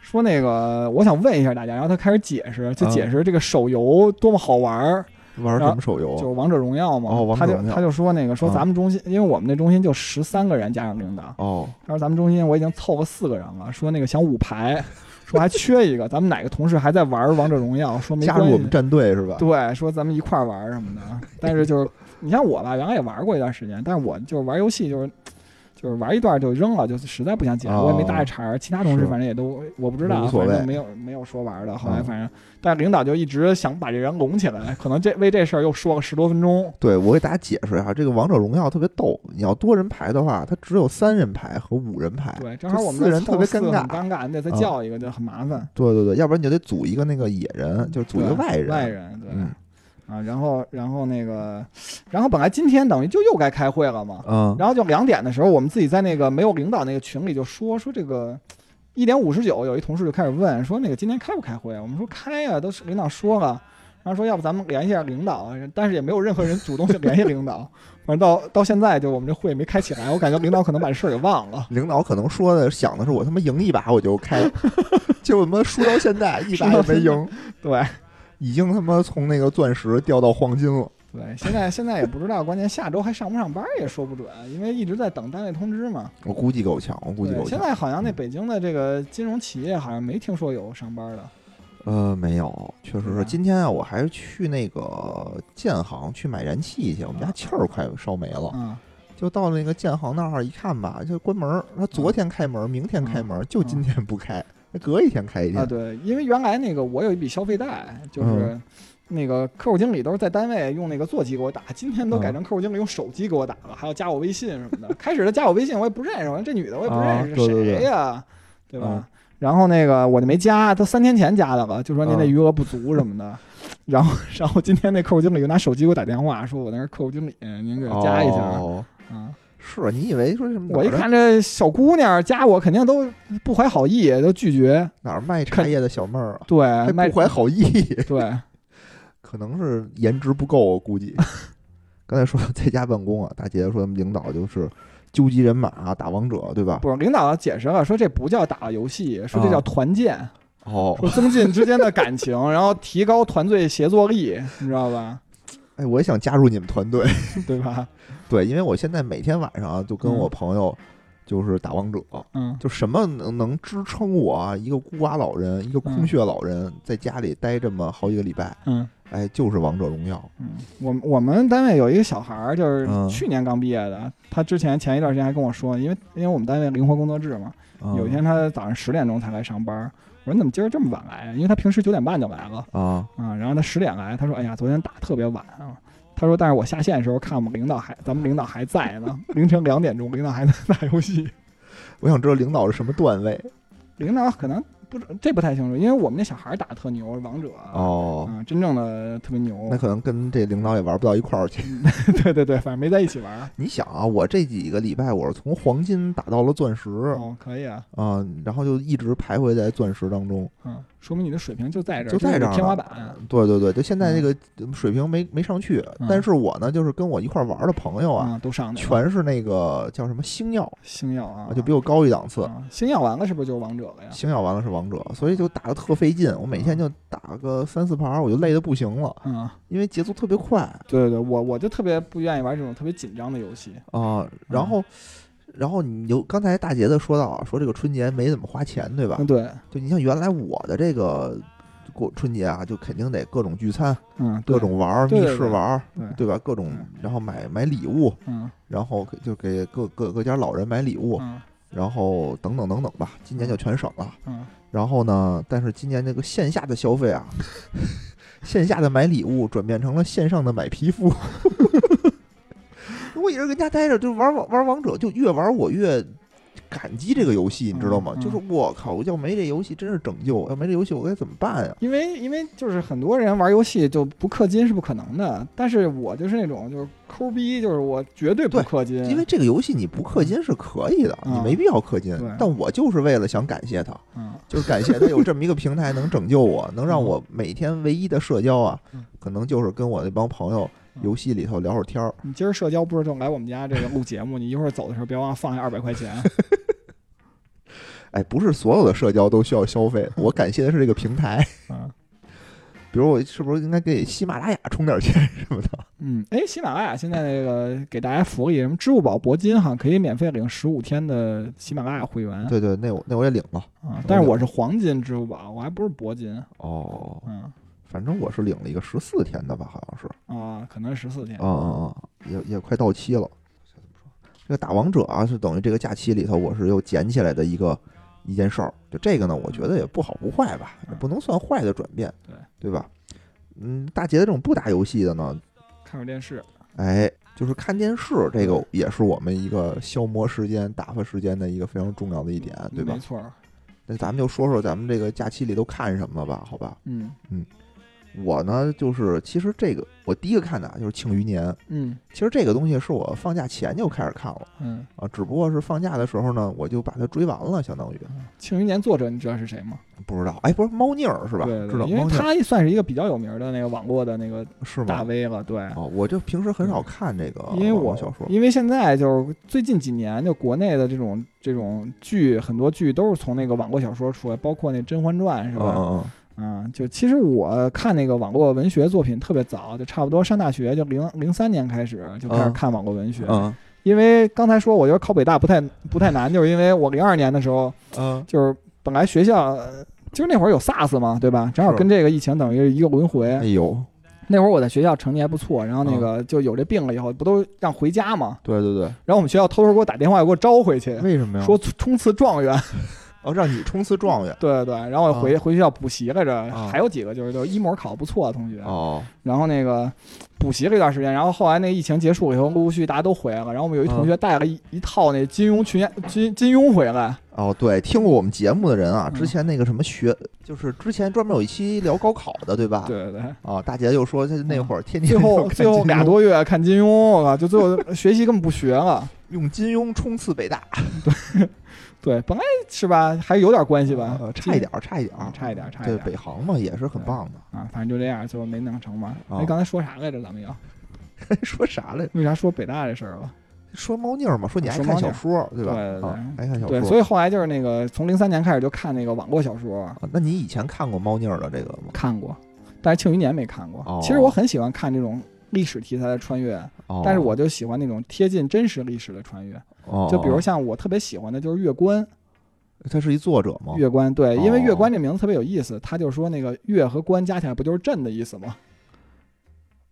说那个我想问一下大家。然后他开始解释，就
嗯
解释这个手游多么好玩儿，
玩什么手游
就是
啊？
王者荣耀嘛。
哦王者
他就
荣耀
他就说那个说
嗯
咱们中心，因为我们那中心就十三个人加上领导，
哦，
他说咱们中心我已经凑够四个人了，说那个想五排，说还缺一个，咱们哪个同事还在玩儿王者荣耀，说没
加
关
入我
系
们。战队是吧？
对，说咱们一块儿玩儿什么 的。但是就是你像我吧，原来也玩过一段时间，但是我就是玩游戏就是就是玩一段就扔了，就实在不想解释，
哦
我也没搭理茬儿。其他同事
是
反正也都我不知道啊，
无所谓
反正没有没有说玩儿的。后来
嗯
反正，但领导就一直想把这人拢起来，可能这为这事儿又说了十多分钟。
对，我给大家解释一下，这个王者荣耀特别逗。你要多人牌的话，它只有三人牌和五人牌。
对，正好我们
四
这
人
凑
特别
四
尴
个很
尬
尴尬，你得再
嗯
叫一个就很麻烦。
对对对，要不然你就得组一个那个野人，就是组一个
对
外人。
外人对。
嗯
啊，然后，然后那个，然后本来今天等于就又该开会了嘛，
嗯。
然后就两点的时候，我们自己在那个没有领导那个群里就说说这个一点五十九，有一同事就开始问说那个今天开不开会啊？我们说开呀、都是领导说了。然后说要不咱们联系一下领导，啊但是也没有任何人主动去联系领导。反正到到现在就我们这会没开起来，我感觉领导可能把这事儿给忘了
领导可能说的想的是我他妈赢一把我就开， 结果他妈输到现在一把也没赢，
对
已经他妈从那个钻石掉到黄金了。
对，现在现在也不知道，关键下周还上不上班也说不准，因为一直在等单位通知嘛。
我估计够呛，我估计
对，
够
现
呛。
在好像那北京的这个金融企业好像没听说有上班的。
呃，没有，确实
对
是。
吧
今天啊，我还是去那个建行去买燃气去，我们家气儿快烧没了。
嗯，
就到了那个建行那儿一看吧，就关门儿。他昨天开门，明天开门，就今天不开，隔一天开一
嗯
嗯
啊，
天。
对，因为原来那个我有一笔消费贷，就是那个客户经理都是在单位用那个座机给我打，今天都
嗯
改成客户经理用手机给我打了，还要加我微信什么的。开始他加我微信，我也不认识，我说这女的我也不认识，
啊对对嗯对
谁呀，对吧？然后那个我就没加，他三天前加的了，就说您那
嗯
余额不足什么的。然后，然后今天那客户经理又拿手机给我打电话，说我那是客户经理，嗯您给加一下啊、
哦是你以为说什么？
我一看这小姑娘加我，肯定都不怀好意，都拒绝。
哪儿卖茶叶的小妹儿啊，
对，
还
卖
不怀好意，
对，
可能是颜值不够，我估计。刚才说在家办公啊，大姐说领导就是纠集人马、啊打王者，对吧？
不是领导解释啊了，说这不叫打游戏，说这
啊
叫团建，
哦，
说增进之间的感情，然后提高团队协作力，你知道吧？
哎，我也想加入你们团队。
对吧？
对，因为我现在每天晚上啊，就跟我朋友就是打王者，
嗯，
就什么能能支撑我啊一个孤寡老人，一个空穴老人，在家里待这么好几个礼拜，
嗯
哎，就是王者荣耀。
嗯，我我们单位有一个小孩儿，就是
嗯
去年刚毕业的，他之前前一段时间还跟我说，因为因为我们单位灵活工作制嘛，
嗯
有一天他早上十点钟才来上班儿，我说你怎么今儿这么晚来啊？因为他平时九点半就来了。
啊，
啊，然后他十点来，他说：“哎呀，昨天打特别晚啊。”他说：“但是我下线的时候看我们领导还，咱们领导还在呢，凌晨两点钟，领导还在打游戏。
我想知道领导是什么段位
领导可能不知这不太清楚，因为我们那小孩打得特牛，王者啊、
哦。
嗯真正的特别牛
那。可能跟这领导也玩不到一块儿去。
对对对，反正没在一起玩儿。
你想啊，我这几个礼拜我是从黄金打到了钻石
哦，可以啊，
啊、然后就一直徘徊在钻石当中。
嗯，说明你的水平就在这儿，
就在
是
这儿呢
天花板。
对对对，就现在这个水平没没上去，
嗯
但是我呢，就是跟我一块儿玩的朋友啊，
啊、都上去了。
全是那个叫什么星耀
星耀啊
啊，，就比我高一档次。
啊星耀完了是不是就是王者了呀？
星耀完了是王者，所以就打的特费劲。我每天就打个三四盘儿，我就累得不行了，
嗯，
因为节奏特别快啊、
对对对，我我就特别不愿意玩这种特别紧张的游戏。
然后，然后你就刚才大杰子说到啊，说这个春节没怎么花钱，对吧
嗯，？对，
就你像原来我的这个过春节啊，就肯定得各种聚餐，
嗯，对
各种玩儿，
对
密
对
室
对嗯
玩儿，
对
对吧？各种，然后买买礼物，
嗯
然后给就给各各各家老人买礼物，
嗯
然后等等等等吧。今年就全省了。
嗯
然后呢，但是今年这个线下的消费啊， 线下的买礼物转变成了线上的买皮肤。 我一直跟家待着，就玩玩玩王者，就越玩我越感激这个游戏，你知道吗？
嗯嗯
就是我靠，我要没这游戏真是拯救，我要没这游戏我该怎么办呀？
因为因为就是很多人玩游戏就不氪金是不可能的，但是我就是那种就是抠逼，就是我绝对不
对
氪金，
因为这个游戏你不氪金是可以的，
嗯
你没必要氪金
对。
但我就是为了想感谢他，
嗯
就是感谢他有这么一个平台能拯救我，能让我每天唯一的社交啊
嗯，
可能就是跟我那帮朋友游戏里头聊会儿天儿。
你今儿社交不是正来我们家这个录节目，你一会儿走的时候别忘了放下二百块 钱。
哎，不是所有的社交都需要消费，我感谢的是这个平台。
嗯
比如我是不是应该给喜马拉雅充点钱什么的？
嗯，哎，喜马拉雅现在那个给大家福利，什么支付宝铂金哈，可以免费领十五天的喜马拉雅会员
对对，那我那我也领了。
啊，但是我是黄金支付宝，我还不是铂金，
哦，
嗯
反正我是领了一个十四天的吧，好像是。
啊，可能十四天
啊啊啊，也也快到期了。这个打王者啊，是等于这个假期里头我是又捡起来的一个一件事儿。就这个呢，我觉得也不好不坏吧，也不能算坏的转变，
对
对吧？嗯，大杰的这种不打游戏的呢，
看会儿电视，
哎，就是看电视，这个也是我们一个消磨时间、打发时间的一个非常重要的一点，对吧
嗯没？错儿，
那咱们就说说咱们这个假期里都看什么了吧，好吧？
嗯
我呢，就是其实这个我第一个看的啊就是《庆余年》，
嗯
其实这个东西是我放假前就开始看了
嗯，
啊，只不过是放假的时候呢，我就把它追完了，相当于
《庆余年》作者你知道是谁吗？
不知道，哎，不是猫腻儿是吧？
嗯对对
知道
因
猫
为
腻儿
他也算是一个比较有名的那个网络的那个
是
大
吗？
V 了，对。
哦，我就平时很少看这个
因为
网络
我
小说，
因为现在就是最近几年，就国内的这种这种剧，很多剧都是从那个网络小说出来，包括那《甄嬛传》是
嗯
吧？
嗯
啊、就其实我看那个网络文学作品特别早，就差不多上大学就零零三年开始就开始
嗯
看网络文学。
嗯嗯
因为刚才说我觉得考北大不太不太难，就是因为我零二年的时候
嗯
就是本来学校呃就是那会儿有 SARS 嘛，对吧？正好
是
跟这个疫情等于一个轮回。
嗯，哎呦，嗯
那会儿我在学校成绩还不错，然后那个就有这病了以后，不都让回家嘛？
对对对，
然后我们学校偷偷给我打电话，给我招回去，
为什么呀？
说冲刺状元。
哦，让你冲刺状元。
对对对，然后我
哦
回、回学校补习来着，
啊
还有几个就是就是一模考得不错的同学，
哦，
然后那个补习了一段时间，然后后来那疫情结束了以后，陆陆续续大家都回来了，然后我们有一
嗯
同学带了一、一套那金庸群金金庸回来，
哦，对，听过我们节目的人啊，
嗯
之前那个什么学，就是之前专门有一期聊高考的，对吧？。
对对 对，
啊，大姐就说她那会儿天天
最
就
后
看
最后
金
俩
庸
多月看金庸，我靠，就最后 学习根本不学了，
用金庸冲刺北大，
对，本来是吧，还有点关系吧，
呃差一点儿，差一点儿
啊，差一点儿差一
对，
点儿
北航嘛也是很棒的。
啊，反正就这样，最后没弄成嘛。
啊
哎，刚才说啥来着？咱们要
说啥来着？
为啥说北大这事儿了？
说猫腻儿嘛，说你
啊
爱
说
看
猫腻
小
儿
说，对吧？
对对
啊，爱看小
对，
说。
所以后来就是那个从零三年开始就看那个网络小说，
啊那你以前看过猫腻儿的这个吗？
看过，但是《庆余年》没看过
哦。
其实我很喜欢看这种历史题材的穿越，
哦，
但是我就喜欢那种贴近真实历史的穿越。
哦
就比如
哦
像我特别喜欢的就是月关，
他是一作者吗？
月关对，因为
哦
月关这名字特别有意思，他就说那个月和关加起来不就是朕的意思吗？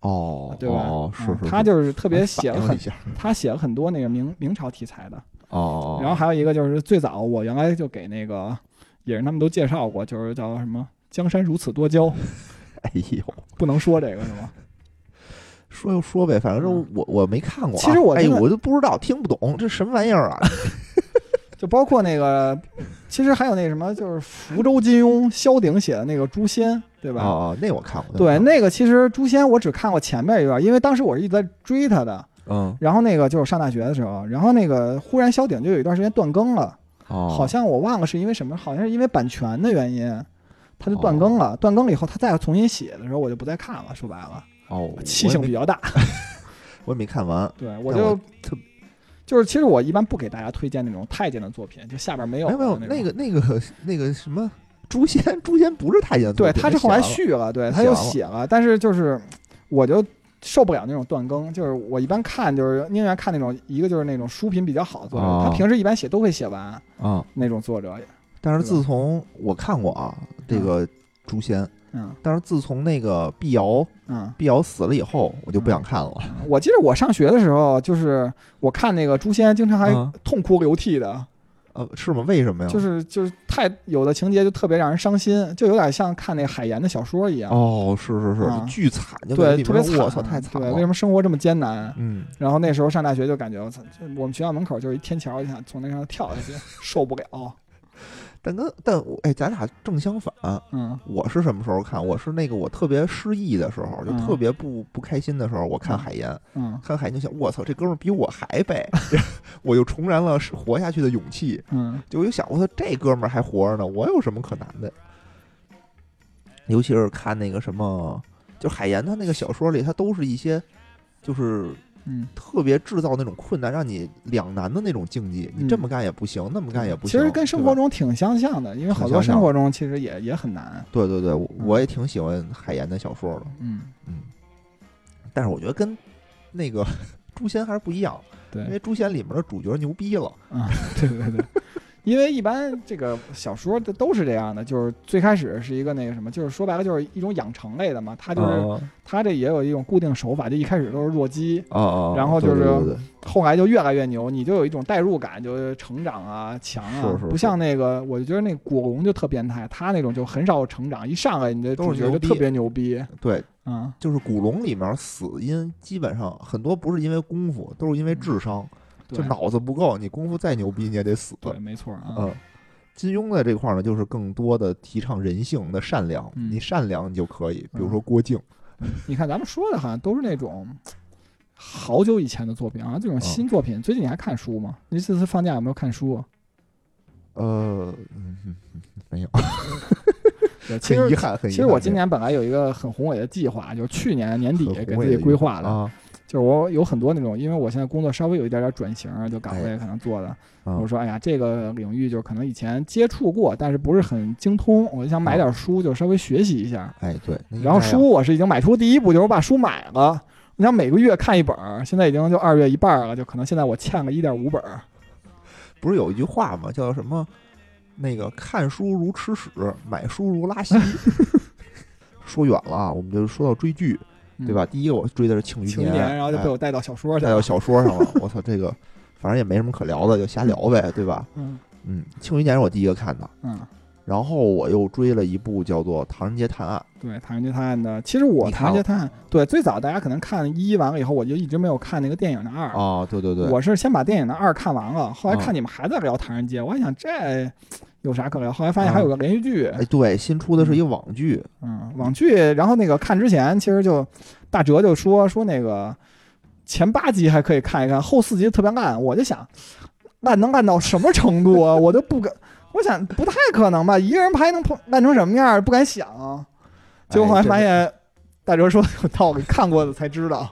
哦，
对吧？
哦，是
嗯
是，
他
是
就是特别
哎
写了
反应
很
一，下
他写了很多那个明明朝题材的。
哦，
然后还有一个就是最早我原来就给那个也是他们都介绍过，就是叫什么“江山如此多娇
哎呦，”，
不能说这个是吗？
说就说呗，反正
嗯
我我没看过啊，
其实我
哎，
真的
我就不知道，听不懂这什么玩意儿啊？
就包括那个，其实还有那什么，就是福州金庸萧鼎写的那个《诛仙》，对吧？
哦，哦那我看过，
对，
那我看过
那个其实《诛仙》我只看过前面一段，因为当时我是一直在追他的。
嗯，
然后那个就是上大学的时候，然后那个忽然萧鼎就有一段时间断更了，
哦，
好像我忘了是因为什么，好像是因为版权的原因，他就断更了。断更了以后，他再重新写的时候，我就不再看了。说白了，
哦，
气
我也
性
没
比较大。
我也没看完。
对，我
但
就
我特
就是其实我一般不给大家推荐那种太监的作品，就下边没有
哎没有没有，那
的种
个那个那个什么诛仙，诛仙不是太监作
对，
品，
他是
这
后来
写完了
续了，对，
写
他又
完了
写了，但是就是我就受不了那种断更，就是我一般看就是宁愿看那种一个就是那种书评比较好的作者，
哦
他平时一般写都会写完
啊。
那种作者，
但是
对吧
自从我看过啊，这个诛仙，
嗯
但是自从那个碧瑶
嗯。
碧瑶死了以后，我就不想看了。
我记得我上学的时候，就是我看那个《诛仙》，经常还
嗯
痛哭流涕的，
呃，是吗？为什么呀？
就是就是太有的情节就特别让人伤心，就有点像看那海岩的小说一样，
哦，是是
啊
是，巨惨，就感觉
对，
里
特别
面
惨，
我操，太惨
对，为什
了。
么生活这么艰难？
嗯，
然后那时候上大学就感觉我操，这我们学校门口就是一天桥，就想从那上跳 下去，受不了。
但跟但我哎，咱俩正相反。
嗯，
我是什么时候看？我是那个我特别失意的时候，就
嗯
特别不不开心的时候，我看
嗯
海岩，
嗯
看海岩就想，我操，这哥们儿比我还背， 我又重燃了是活下去的勇气。
嗯，
就我就想，我操，这哥们儿还活着呢，我有什么可难的？尤其是看那个什么，就海岩他那个小说里，他都是一些就是
嗯，
特别制造那种困难，让你两难的那种境界。你
嗯
这么干也不行，那么干也不
其
行。
实跟生活
对吧
中挺相像的，因为好
挺
多
相像
生活中其实也也很难。
对对对，我
嗯
我也挺喜欢海岩的小说的，
嗯，
嗯，但是我觉得跟那个诛仙还是不一样，因为
对，
诛仙里面的主角牛逼了，
啊， 对对对。因为一般这个小说的都是这样的，就是最开始是一个那个什么，就是说白了就是一种养成类的嘛，它就是
啊
它这也有一种固定手法，就一开始都是弱鸡，
啊啊，
然后
对
就是
对对对
后来就越来越牛，你就有一种代入感，就是成长啊、强啊，
是是是
不像那个，我就觉得那古龙就特变态，他那种就很少有成长，一上来你的主角就特别牛逼，
对，
嗯，
就是古龙里面死因基本上很多不是因为功夫，都是因为智商，
嗯对
就脑子不够，你功夫再牛逼你也得死，
对，没错啊，
嗯。金庸的这块儿呢，就是更多的提倡人性的善良，
嗯
你善良你就可以。比如说郭靖，
你看咱们说的好像都是那种好久以前的作品啊，这种新作
嗯
品，最近你还看书吗？你这次放假有没有看书？啊
呃，嗯嗯嗯没有，
对其
很遗
实。
憾，很遗憾。
其实我今年本来有一个很宏伟的计划，就是去年年底
很宏
给
伟
自己
的
规
一
划的，
啊，
就是我有很多那种，因为我现在工作稍微有一点点转型啊，就
哎
岗位可能做的，
啊
我说哎呀，这个领域就可能以前接触过，但是不是很精通，我就想
啊
买点书，就稍微学习一下。
哎，对，那应
然后
该啊
书我是已经买出第一步，就是我把书买了。你想每个月看一本儿，现在已经就二月一半儿了，就可能现在我欠了一点五本儿。
不是有一句话吗？叫什么？那个看书如 吃屎，买书如拉稀。说远了啊，我们就说到追剧。对吧？第一个我追的是《庆余
庆余年，嗯然后就被我带到小说
哎
去
带
了。
到小说上了。我操，这个反正也没什么可聊的，就瞎聊呗，对吧？
嗯
嗯，《庆余年》是我第一个看的，
嗯，
然后我又追了一部叫做《唐人街探案
对《唐人街探案》的，其实我《
你
唐
看
人
了
街探案》对最早大家可能看一完了以后，我就一直没有看那个电影的二》。
啊，对对对，
我是先把电影的二看完了，后来
嗯
看你们还在聊唐人街，我还想这有啥可聊？后来
嗯
发现还有个连续剧，
哎，对，新出的是一个网剧，
嗯，网剧。然后那个看之前，其实就大哲就说说那个前八集还可以看一看，后四集特别烂。我就想，烂能烂到什么程 度啊？我都不敢，我想不太可能吧，一个人拍能破烂成什么样儿？不敢想。结果后来
哎真的
发现，大哲说有道理，看过的才知道。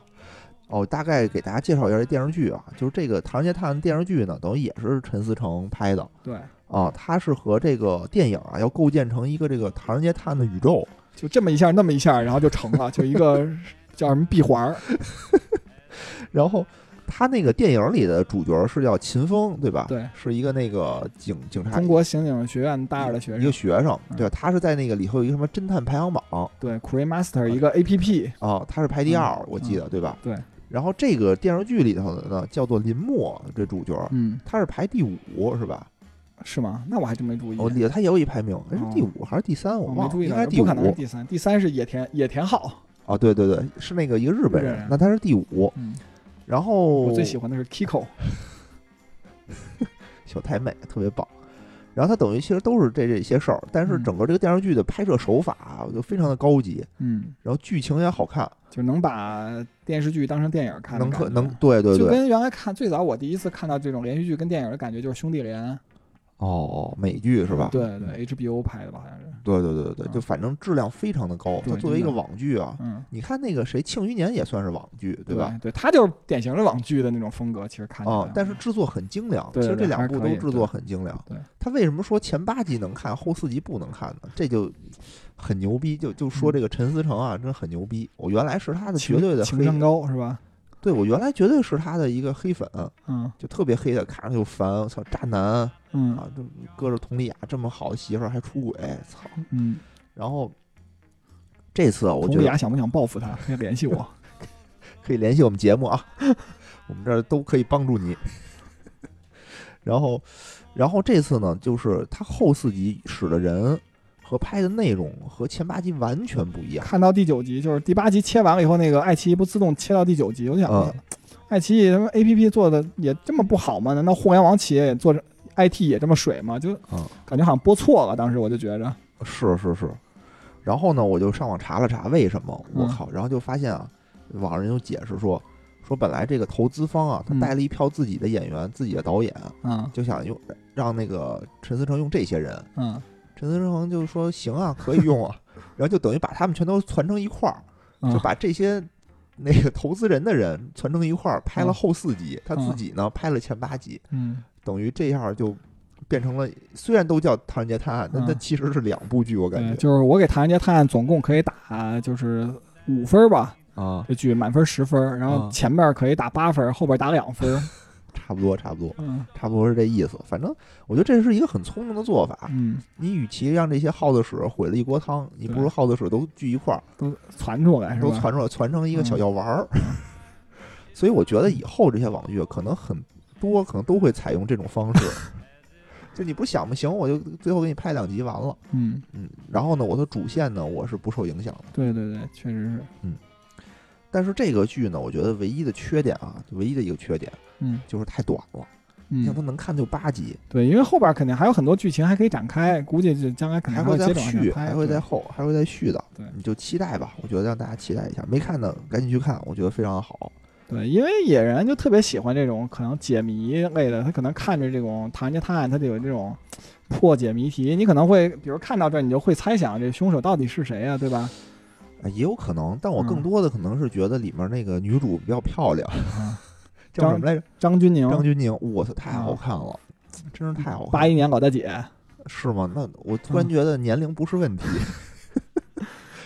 哦，大概给大家介绍一下这电视剧啊，就是这个《唐人街探案》电视剧呢，等于也是陈思诚拍的
对，
啊，它是和这个电影啊要构建成一个这个《唐人街探案》的宇宙，
就这么一下，那么一下，然后就成了，就一个 叫什么闭环儿。
然后。他那个电影里的主角是叫秦风，对吧？
对，
是一个那个警警察
中国刑警学院大二的学
一个
生，
学生，
嗯
对吧？他是在那个里头有一个什么侦探排行榜
对 c r e Master 一个 A P P，
啊，他是排第二，我记得对吧？
嗯对。
然后这个电视剧里头的呢，叫做林默，这主角
嗯，
他是排第五，是吧？
是吗？那我还真没注意。
我记得他也有一排名，哎是
嗯哦
第五还是第三？哦我
我
忘
没注
了，
意
应
到，
该是第
不可能是
五
第三，第三是野田野田浩，
啊。对对对，是那个一个日本
日本
人
人，
那他是第五。
嗯，
然后
我最喜欢的是 Kiko，
小太美，特别棒。然后他等于其实都是这这些事儿，但是
嗯
整个这个电视剧的拍摄手法啊就非常的高级，
嗯，
然后剧情也好看，
就能把电视剧当成电影看的
能
感觉，
可能对对
就
对，
跟原来看最早我第一次看到这种连续剧跟电影的感觉就是《兄弟连》，
哦，美剧是吧？嗯
对对，HBO 拍的吧，好像是，
对对对对对，
嗯
就反正质量非常的高。
对
它作为一个
真的
网剧啊，
嗯，
你看那个谁《庆余年》也算是网剧，
对
吧？？
对，它就是典型的网剧的那种风格，其实看起来，嗯
啊、但是制作很精良，
对
其实
对
这两
还
部
可
都
以
制作很精良
对对。
他为什么说前八集能看，后四集不能看呢？这就很牛逼，就就说
嗯
这个陈思诚啊，真很牛逼。我原来是他的
情
绝对的
情
黑，
商高是吧？
对我原来绝对是他的一个黑粉，
嗯
就特别黑的，看着就烦，我操，渣男啊，
嗯
就搁着佟丽娅这么好的媳妇儿还出轨，操！
嗯，
然后这次啊我觉
佟
得
丽娅想不想报复他？可以联系我，
可以联系我们节目啊， 我们这儿都可以帮助你。然后，然后这次呢，就是他后四集使的人和拍的内容和前八集完全不一样。
看到第九集，就是第八集切完了以后，那个爱奇艺不自动切到第九集，我就想，哎
嗯
爱奇艺他妈 A P P 做的也这么不好吗？难道互联网企业也做着 I T 也这么水吗？就
嗯
感觉好像播错了，当时我就觉着，
是是是。然后呢，我就上网查了查为什么，我
嗯
靠！然后就发现啊，网上人有解释说，说本来这个投资方啊，他
嗯
带了一票自己的演员、自己的导演，
嗯
就想用让那个陈思诚用这些人。
嗯
陈思诚就说行啊，可以用啊，然后就等于把他们全都攒成一块儿。就
嗯，
把这些那个投资人的人攒成一块儿，拍了
嗯
后四集，他自
嗯
己呢拍了前八集，
嗯，
等于这样就变成了，虽然都叫《唐人街探案》，但它
嗯
其实是两部剧，我感
对，
觉
就是我给《唐人街探案》总共可以打就是五分吧，
啊，
这剧满分十分，然后
嗯
前面可以打八分，后边打两分，
差不多，差不多，
嗯
差不多是这意思。反正我觉得这是一个很聪明的做法。
嗯，
你与其让这些耗子屎毁了一锅汤，你不如
对
耗子屎都聚一块儿，
都传出来是
都
吧？
攒出来，攒成一个小
嗯
药丸儿。 所以我觉得以后这些网剧可能很多，可能都会采用这种方式。 就你不想不行，我就最后给你拍两集完了。
嗯，
嗯，然后呢，我的主线呢，我是不受影响的。
对对对，确实是，
但是这个剧呢，我觉得唯一的缺点啊，唯一的一个缺点
嗯
就是太短了。你
嗯
像它。能看就八集，
对，因为后边肯定还有很多剧情还可以展开，估计这将来肯
还
定
会
会
再
嗯接着往
续，
下拍，
还会再
对
后，还会再续的。
对
你就期待吧。我觉得让大家期待一下，没看的赶紧去看，我觉得非常好。
对，因为野人就特别喜欢这种可能解谜类的，他可能看着这种《唐人街探案》，他得有这种破解谜题，你可能会比如看到这儿，你就会猜想这凶手到底是谁啊，对吧？
哎也有可能，但我
嗯
更多的可能是觉得里面那个女主比较漂亮，叫
张
什么来着？
嗯张钧甯，
张钧甯，我操，太好
嗯
看了，真是太好看
八一
了。
年老大姐，
是吗？那我突然
嗯
觉得年龄不是 问题。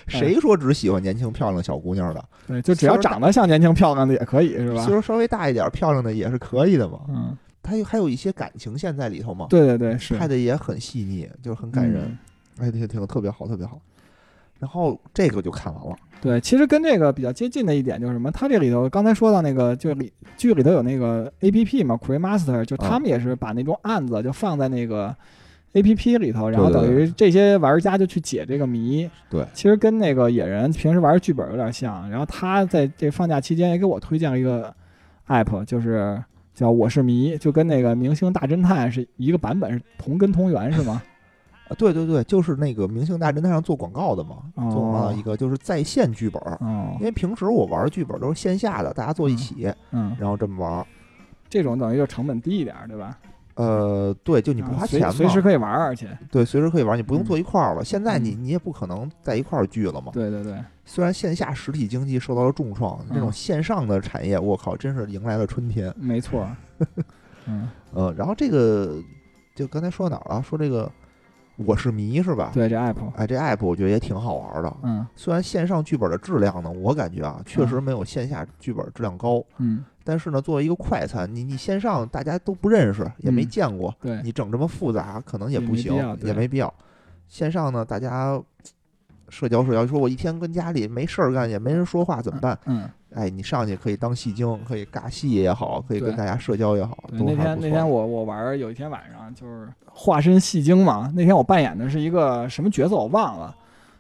谁说只喜欢年轻漂亮小姑娘的？
对，就只要长得像年轻漂亮的也可以，是吧
岁？数稍微大一点，漂亮的也是可以的嘛。
嗯，
她还有一些感情线在里头嘛，
对对对，是
拍的也很细腻，就是很感人，
嗯
哎，挺挺特别好，特别好。然后这个就看完了，
对，其实跟这个比较接近的一点就是什么？它这里头刚才说到那个，就里剧里头有那个 A P P 嘛 c r e Master，就
啊
他们也是把那种案子就放在那个 A P P 里头，然后
对对
等
对
于这些玩家就去解这个谜。
对
其实跟那个野人平时玩剧本有点像。然后他在这放假期间也给我推荐了一个 App，就是叫《我是谜》，就跟那个《明星大侦探》是一个版本，是同根同源是吗？
啊，对对对，就是那个《明星大侦探》上做广告的嘛，
哦
做广告的一个就是在线剧本，
哦
因，为平时我玩剧本都是线下的，大家坐一起，
嗯，
然后这么玩。
这种等于就成本低一点儿，对吧？
呃，对，就你
你
不花钱嘛，
啊随时可以玩儿，而且
对，随时可以玩，你不用
嗯
坐一块儿了。现在你
嗯
你也不可能在一块儿聚了嘛。
对对对。
虽然线下实体经济受到了重创，这种
嗯
线上的产业，我靠，真是迎来了春天。
没 错儿，嗯，
呃，然后这个就刚才说到哪儿了？说这个我是迷是吧？
对，这 app，
哎，这 app 我觉得也挺好玩的。
嗯
虽然线上剧本的质量呢，我感觉啊，确实没有线下剧本质量高。
嗯，
但是呢，作为一个快餐，你你线上大家都不认识，也没
嗯
见过，
对，
你整这么复杂，可能也
也
不
没
行
必要，
也
对
没必要。线上呢，大家社交社交，说我一天跟家里没事儿干，也没人说话，怎么办？
嗯，
哎，你上去可以当戏精，可以尬戏也好，可以
对
跟大家社交也好，
对，
都
那
还
天
不
那
错
天我我玩儿有一天晚上就是化身戏精嘛，那天我扮演的是一个什么角色我忘了。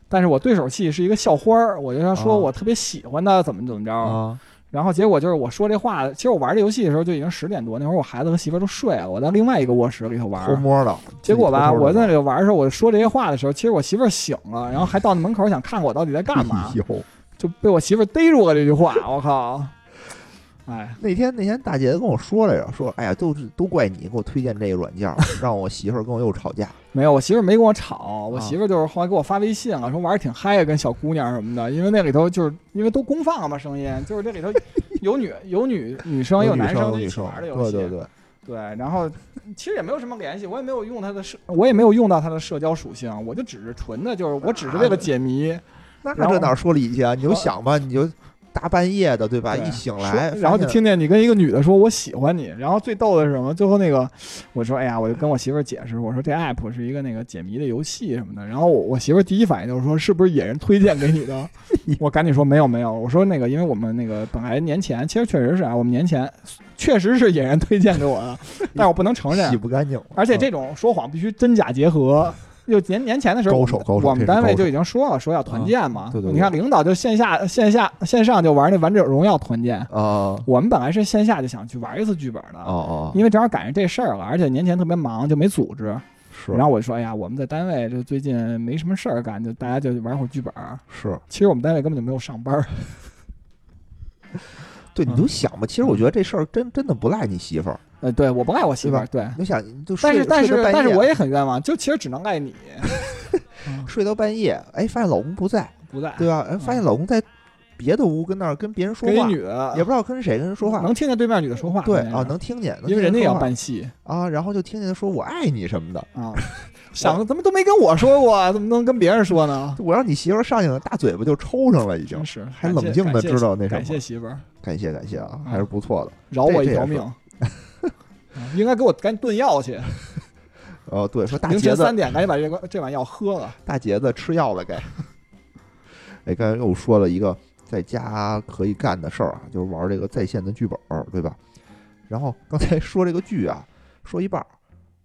但是我对手戏是一个校花儿，我就跟他
啊
说我特别喜欢他，怎么怎么着。
啊，
然后结果就是我说这话，其实我玩这游戏的时候就已经十点多，那会儿我孩子和媳妇儿都睡了，我在另外一个卧室里头玩儿。
偷摸的。
结果吧，
自己偷偷
我
地
在那里玩儿的时候，我说这些话的时候，其实我媳妇儿醒了，然后还到那门口想看看我到底在 干嘛。
有
就被我媳妇儿逮住了这句 话，我靠！哎，
那天那天大姐跟我说来着，说哎呀，都是都怪你给我推荐这个软件 儿，让我媳妇儿跟我又吵架。
没有，我媳妇儿没跟我吵，我
啊
媳妇儿就是后来给我发微信了，说玩儿挺嗨啊，跟小姑娘什么的，因为那里头就是因为都公放了嘛，声音就是 这里头有女有女女生
有
有男
生有
就一
女
起
生
玩儿的，游
对
戏，
对对，
对然后其实也没有什么联系，我也没有用她的社，我也没有用到她的社交属性，我就只是纯的，就是我只是为了解谜，
那
然后
这哪说理去啊？你就
好
想吧，你就大半夜的，对吧？
对
一醒
说
来，
然后就
发现
听见你跟一个女的说“我喜欢你”，然后最逗的是什么？最后那个我说：“哎呀，我就跟我媳妇儿解释，我说这 app 是一个那个解谜的游戏什么的。”然后我我媳妇儿第一反应就是说：“是不是野人推荐给 你的？”我赶紧说：“没有没有。”我说：“那个，因为我们那个本来年前其实确实是啊，我们年前确实是野人推荐给 我的，但是我不能承
洗
认，啊
不干净了。
而且
嗯
这种说谎必须真假结合。”就年年前的时候，
高手高手
我
这
们
是
单位
高手啊
就已经说了，说要团建嘛。
对对对
你看领导就线下、线下、线上就玩那王者荣耀团建，
啊
我们本来是线下就想去玩一次剧本的，
哦哦，
因为正好赶上这事儿了，而且年前特别忙，就没组织。
是
然后我就说，哎呀，我们在单位就最近没什么事儿干，就大家就玩会儿剧本儿。
是，
其实我们单位根本就没有上班儿，
对，
嗯
你就想吧。其实我觉得这事儿真真的不赖你媳妇儿，
呃，对，我不赖我媳妇儿，对。
你就想你就
但
睡
是但
睡
是
到半
但是
夜
我也很冤枉，就其实只能赖你，
睡到半夜，哎，发现老公不在，
不在
对吧？哎，发现老公在别的屋跟那儿跟别人说
嗯跟一
话，
女嗯的
也不知道跟谁跟人说话，
能听见对面女的说话，
对
关键
啊，
是
能听见，能
因为
听见
人家也
说
要
话
办戏
啊，然后就听见说我爱你什么的。
啊， 想着怎么都没跟我说过，怎么能跟别人说 呢？
我让你媳妇儿上去了，大嘴巴就抽上了，已经
真是
还
嗯感谢
冷静的
感谢
知道那什
感
么
谢。媳妇儿。
感谢感谢啊，
嗯
还是不错的。
饶我
这
一
这
条
也是
命。 嗯应该给我赶紧炖药去，
哦，对，说大
凌
杰
晨
子
三点赶紧把这个这碗药喝了。
大杰子吃药了该。哎，刚才又说了一个在家可以干的事儿啊，就是玩这个在线的剧本儿，对吧？然后刚才说这个剧啊，说一半儿，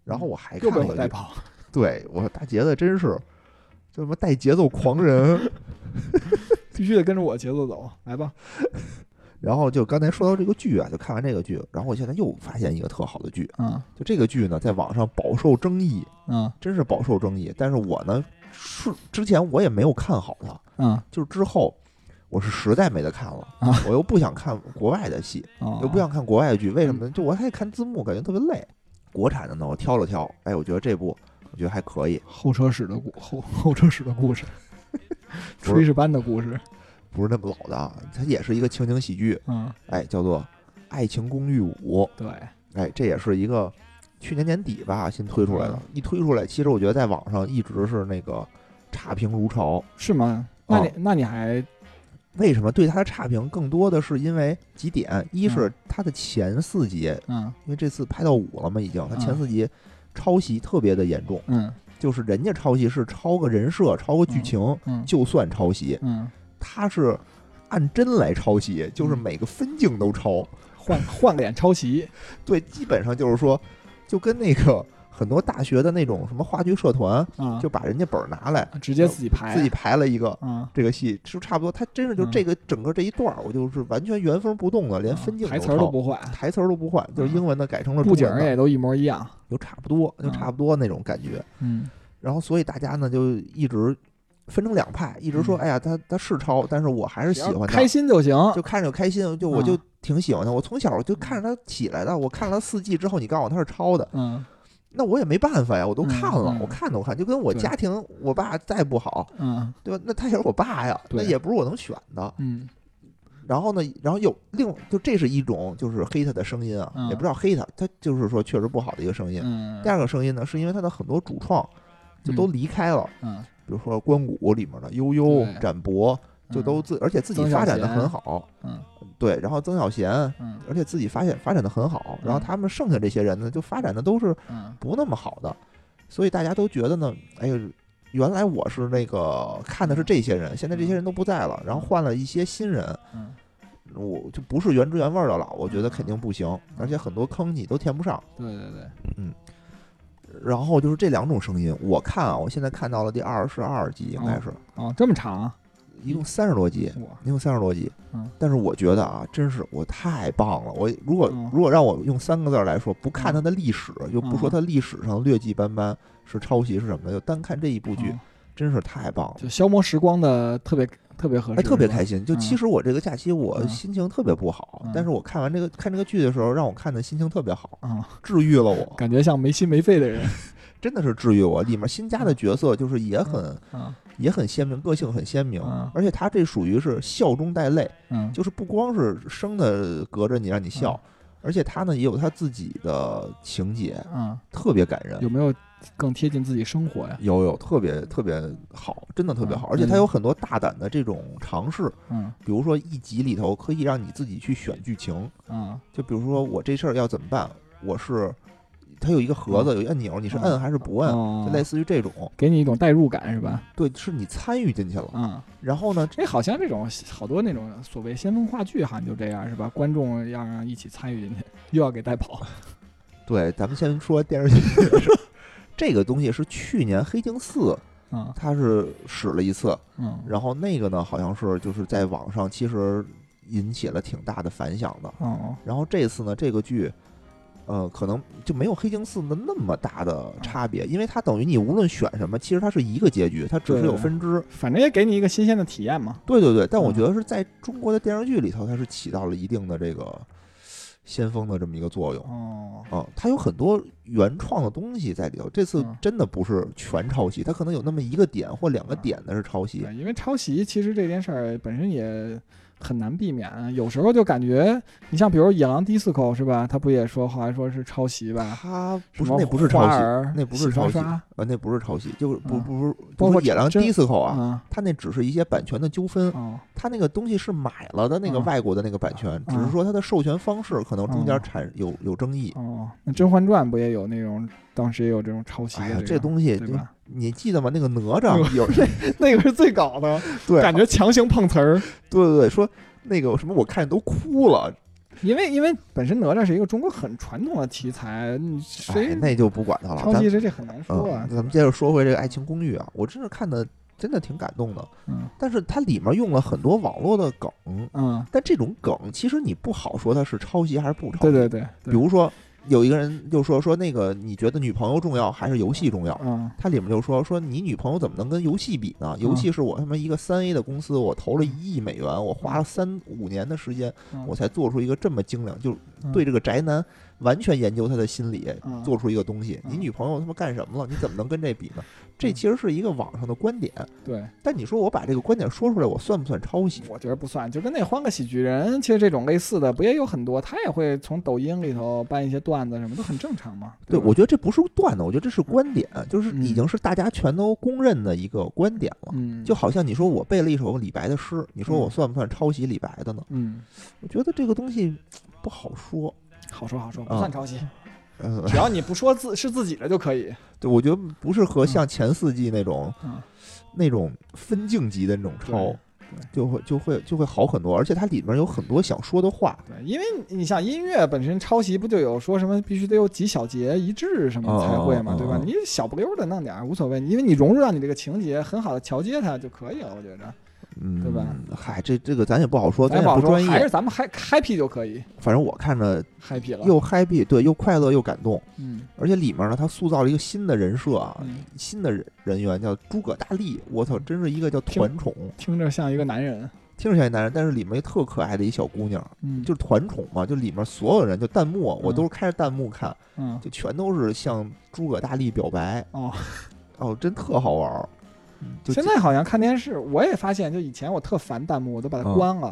然后我还
又
看了
被我
一
带
个
跑，
对我说大杰子真是就什么带节奏狂人。
必须得跟着我节奏走，来吧。
然后就刚才说到这个剧啊，就看完这个剧，然后我现在又发现一个特好的剧，
嗯
就这个剧呢，在网上饱受争议，
嗯
真是饱受争议。但是我呢，是之前我也没有看好它，
嗯
就是之后我是实在没得看了，
啊
我又不想看国外的戏，
哦
又不想看国外的剧，为什么呢？就我还得看字幕，感觉特别累。国产的呢，我挑了挑，哎，我觉得这部我觉得还可以，
后车室的故后后车室的故事，
不是
炊事班的故事。
不是那么老的啊，它也是一个情景喜剧，
嗯，
哎，叫做《爱情公寓五》，
对，
哎，这也是一个去年年底吧新推出来
嗯
的，一推出来，其实我觉得在网上一直是那个差评如潮。
是吗？
哦
那你那你还
为什么对它的差评更多的是因为几点？一是它的前四集
嗯
因为这次拍到五了嘛，已经，它前
嗯
四集抄袭特别的严重，
嗯
就是人家抄袭是抄个人设、抄个剧情，
嗯
就算抄袭，
嗯，
他是按真来抄袭，就是每个分镜都抄。
换换脸抄袭，
对，基本上就是说，就跟那个很多大学的那种什么话剧社团，
啊，
就把人家本儿拿来，
直接自己排，
自己排了一个。
啊，
这个戏就差不多，他真是就
哎嗯
这个整个这一段儿，我就是完全原封不动的，连
啊
分镜
台词
抄
儿都不换，嗯
台词儿都不换，就是英文的改成了中
布景
文
儿
的，
也嗯都一模一样，
就差不多，就差不多那种感觉。
嗯
然后所以大家呢就一直分成两派，一直说，
嗯
哎呀，他他是抄，但是我还是喜
只要
欢他
开，心就行，
就看着就开心，就我
嗯
就挺喜欢他，我从小就看着他起来的，我看了他四季之后，你告诉我他是抄的，
嗯
那我也没办法呀，我都
嗯
看了，
嗯
我看都看，就跟我
对
家庭，我爸再不好，
嗯
对吧？那他也是我爸呀，那
对
也不是我能选的。
嗯
然后呢，然后有另就这是一种就是黑他的声音啊，
嗯
也不知道黑他，他就是说确实不好的一个声音。
嗯，
第二个声音呢，是因为他的很多主创就都离开了，
嗯
比如说关谷里面的悠悠、
对
展博，
嗯
就都自而且自己发展的
曾小贤
很好，
嗯
对，然后曾小贤，
嗯
而且自己发现发展的很好，然后
嗯
他们剩下这些人呢，就发展的都是
嗯
不那么好的，所以大家都觉得呢，哎呦。原来我是那个看的是这些人，现在这些人都不在了，然后换了一些新人，
嗯
我就不是原汁原味儿的了，我觉得肯定不行，而且很多坑你都填不上。
对对对，
然后就是这两种声音，我看啊，我现在看到了第二十二集，应该是、
哦，这么长啊，
一共三十多集，
我
一共三十多集。
嗯
但是我觉得啊，真是我太棒了。我如果、
嗯
如果让我用三个字儿来说，不看它的历史，就不说它历史上劣迹斑斑是抄袭是什么的，就单看这一部剧，
嗯
真是太棒了。
就消磨时光的特别特别合
哎，
适，
特别
是吧
开心！就
嗯
其实我这个假期我
嗯
心情特别不好，
嗯
但是我看完这个看这个剧的时候，让我看的心情特别好，
啊，
治愈了我。
感觉像没心没肺 的人
真的是治愈我。里面新加的
嗯
角色就是也很、
啊，
也很鲜明，个性很鲜明，
嗯
而且他这属于是笑中带泪，
嗯
就是不光是生的隔着你让你笑，而且他呢也有他自己的情节，
嗯，
特别感人
有。没有更贴近自己生活呀？
有有特别特别好，真的特别好，
嗯
而且他有很多大胆的这种尝试，
嗯
比如说一集里头可以让你自己去选剧情，
嗯
就比如说我这事儿要怎么办，我是它有一个盒子，有一按钮，你是摁还是不摁，
哦
就，类似于嗯这种，
给你一种代入感是吧？
对，是你参与进去了。
嗯，
然后呢，
这好像这种好多那种所谓先锋话剧，好像就这样是吧？观众要让一起参与进去，又要给带跑。
对，咱们先说电视剧 的事儿。这个东西是去年《黑镜四》
嗯
它是使了一次，
嗯
然后那个呢好像是就是在网上其实引起了挺大的反响的。
哦
然后这次呢，这个剧，呃，可能就没有《黑镜四》的那么大的差
嗯
别，因为它等于你无论选什么，其实它是一个结局，它只是有
对
分支。
反正也给你一个新鲜的体验嘛。
对对对，但我
嗯
觉得是在中国的电视剧里头，它是起到了一定的这个先锋的这么一个作用。
哦，
啊，它有很多原创的东西在里头。这次
嗯
真的不是全抄袭，它可能有那么一个点或两个
嗯
点的是抄袭。
对，因为抄袭其实这件事儿本身也很难避免，啊有时候就感觉你像比如《野狼 DISCO》是吧？他不也说后来说是抄袭吧？
它
什
不是
么
那不是
花
抄袭，
儿
那不是
洗
抄
刷
袭
刷
呃，那不是抄袭，就是不
嗯
不不，
包括
野狼
真
disco 啊，
啊
它那只是一些版权的纠纷，
哦
它那个东西是买了的那个
嗯
外国的那个版权，只是
嗯
说它的授权方式可能中间
嗯
产有有争议。
哦，那《甄嬛传》不也有那种当时也啊有这种抄袭
哎
的
呀，
个
这东西
对
就
吧
你记得吗？那个哪吒有
那个是最搞的，
对
感觉强行碰瓷儿。
对对对，说那个什么我看都哭了，
因为因为本身哪吒是一个中国很传统的题材，你
哎
谁，
那就不管它了。
抄
咱
袭这这很难说啊
嗯，。咱们接着说回这个《爱情公寓》啊，我真是看的真的挺感动的，
嗯
但是它里面用了很多网络的梗，
嗯，
但这种梗其实你不好说它是抄袭还是不抄袭。
对对对，
比
对
如说有一个人就说说那个你觉得女朋友重要还是游戏重要？
嗯
它里面就说说你女朋友怎么能跟游戏比呢？游戏是我他妈一个三 A 的公司，我投了一亿美元，我花了三五年的时间，
嗯
我才做出一个这么精良，就是对这个宅男完全研究他的心理，
嗯
做出一个东西。
嗯
你女朋友他妈干什么了？你怎么能跟这比呢？这其实是一个网上的观点，
对，
但你说我把这个观点说出来，我算不算抄袭？
我觉得不算，就跟那欢个喜剧人，其实这种类似的不也有很多，他也会从抖音里头搬一些段子什么，都很正常嘛。
对，
吧
我觉得这不是段子，我觉得这是观点，就是
嗯
已经是大家全都公认的一个观点了。
嗯，
就好像你说我背了一首李白的诗，你说我算不算抄袭李白的呢？
嗯，
我觉得这个东西不好说。嗯
好说好说，不算抄袭。
呃，
只要你不说自是自己的就可以。
对，我觉得不是和像前四季那种、
嗯
那种分镜级的那种抄
对，对
就会就会就会好很多，而且它里面有很多想说的话，
对，因为你想音乐本身抄袭不就有说什么必须得有几小节一致什么才会
哦
嘛，
哦哦
对吧
哦？
你小不溜儿的弄点儿无所谓，因为你融入到你这个情节，很好的调节它就可以了，我觉着。
嗯，
对吧？
嗨，这这个咱也不好说，咱
咱
也
不好说
专，
还
业
是，咱们嗨 happy 就可以
反正我看着
happy 了。
又 happy，对，又快乐又感动，
嗯，
而且里面呢，他塑造了一个新的人设啊，
嗯
新的人人员叫诸葛大力，我操，真是一个叫团宠，
听着像一个男人。
听着像一男人，但是里面特可爱的一小姑娘，
嗯，
就是团宠嘛，就里面所有人就弹幕，啊我
嗯
都是开着弹幕看，
嗯
就全都是向诸葛大力表白，
哦嗯
哦，真特好玩儿。就
现在好像看电视，我也发现，就以前我特烦弹幕，我都把它
嗯
关了。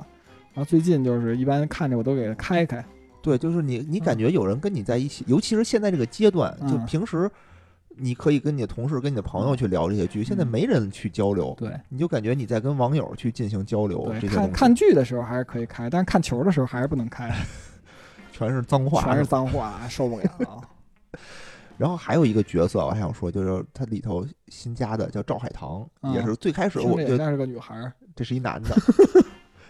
然后最近就是一般看着我都给它开开，
对，就是你，你感
嗯
觉有人跟你在一起，尤其是现在这个阶段，就
嗯
平时你可以跟你的同事、跟你的朋友去聊这些剧，现在
嗯
没人去交流，
对
你就感觉你在跟网友去进行交流，这
对，
些
看
东
看
西
剧的时候还是可以开，但是看球的时候还是不能开，
全是脏话，
全是脏话，受不了。
然后还有一个角色，我还想说，就是它里头新加的叫赵海棠，
嗯
也是最开始
听
我
着也
就
像是个女孩儿。
这是一男 的，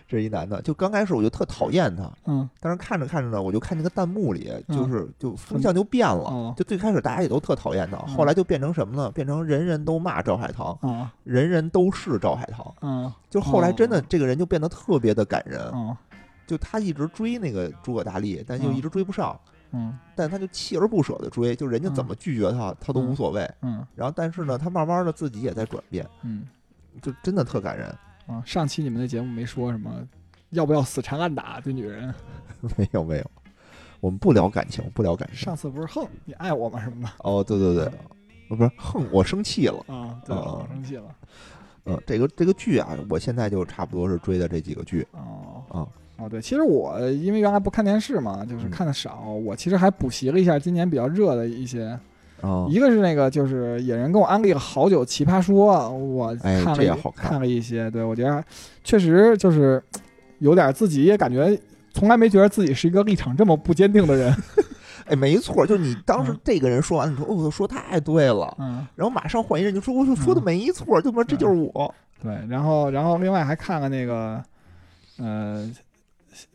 这是一男的，就刚开始我就特讨厌他，
嗯，
但是看着看着呢，我就看那个弹幕里，
嗯
就是就风向就变了。
哦
就最开始大家也都特讨厌他，
嗯
后来就变成什么呢？变成人人都骂赵海棠，
哦
人人都是赵海棠。
哦
就后来真的
哦
这个人就变得特别的感人，
哦
就他一直追那个诸葛大力，但就
嗯
一直追不上，
嗯
但他就锲而不舍的追，就人家怎么拒绝他，他都无所谓。
嗯
然后但是呢，他慢慢的自己也在转变，
嗯
就真的特感人。
啊！上期你们的节目没说什么，要不要死缠烂打对女人？
没有没有，我们不聊感情，不聊感情。
上次嗯不是横你爱我吗什么的
哦，对对对，哦不是哼，我生气了。
啊？对，
哦
我生气了。
嗯，这个这个剧啊，我现在就差不多是追的这几个剧
哦
啊。
哦，对，其实我因为原来不看电视嘛，就是
嗯
看的少，我其实还补习了一下今年比较热的一些，
啊，
一个是那个就是野人给我安利了好久《奇葩说》，我
哎
看了
这
一、
也好看
看了一些，对我觉得还确实就是有点自己也感觉从来没觉得自己是一个立场这么不坚定的人，
哎，没错，就是你当时
嗯
这个人说完，你说哦，说太对了，
嗯，
然后马上换一人就说，我说的
嗯
没错，就说这就是我。
对，然后然后另外还看了那个呃。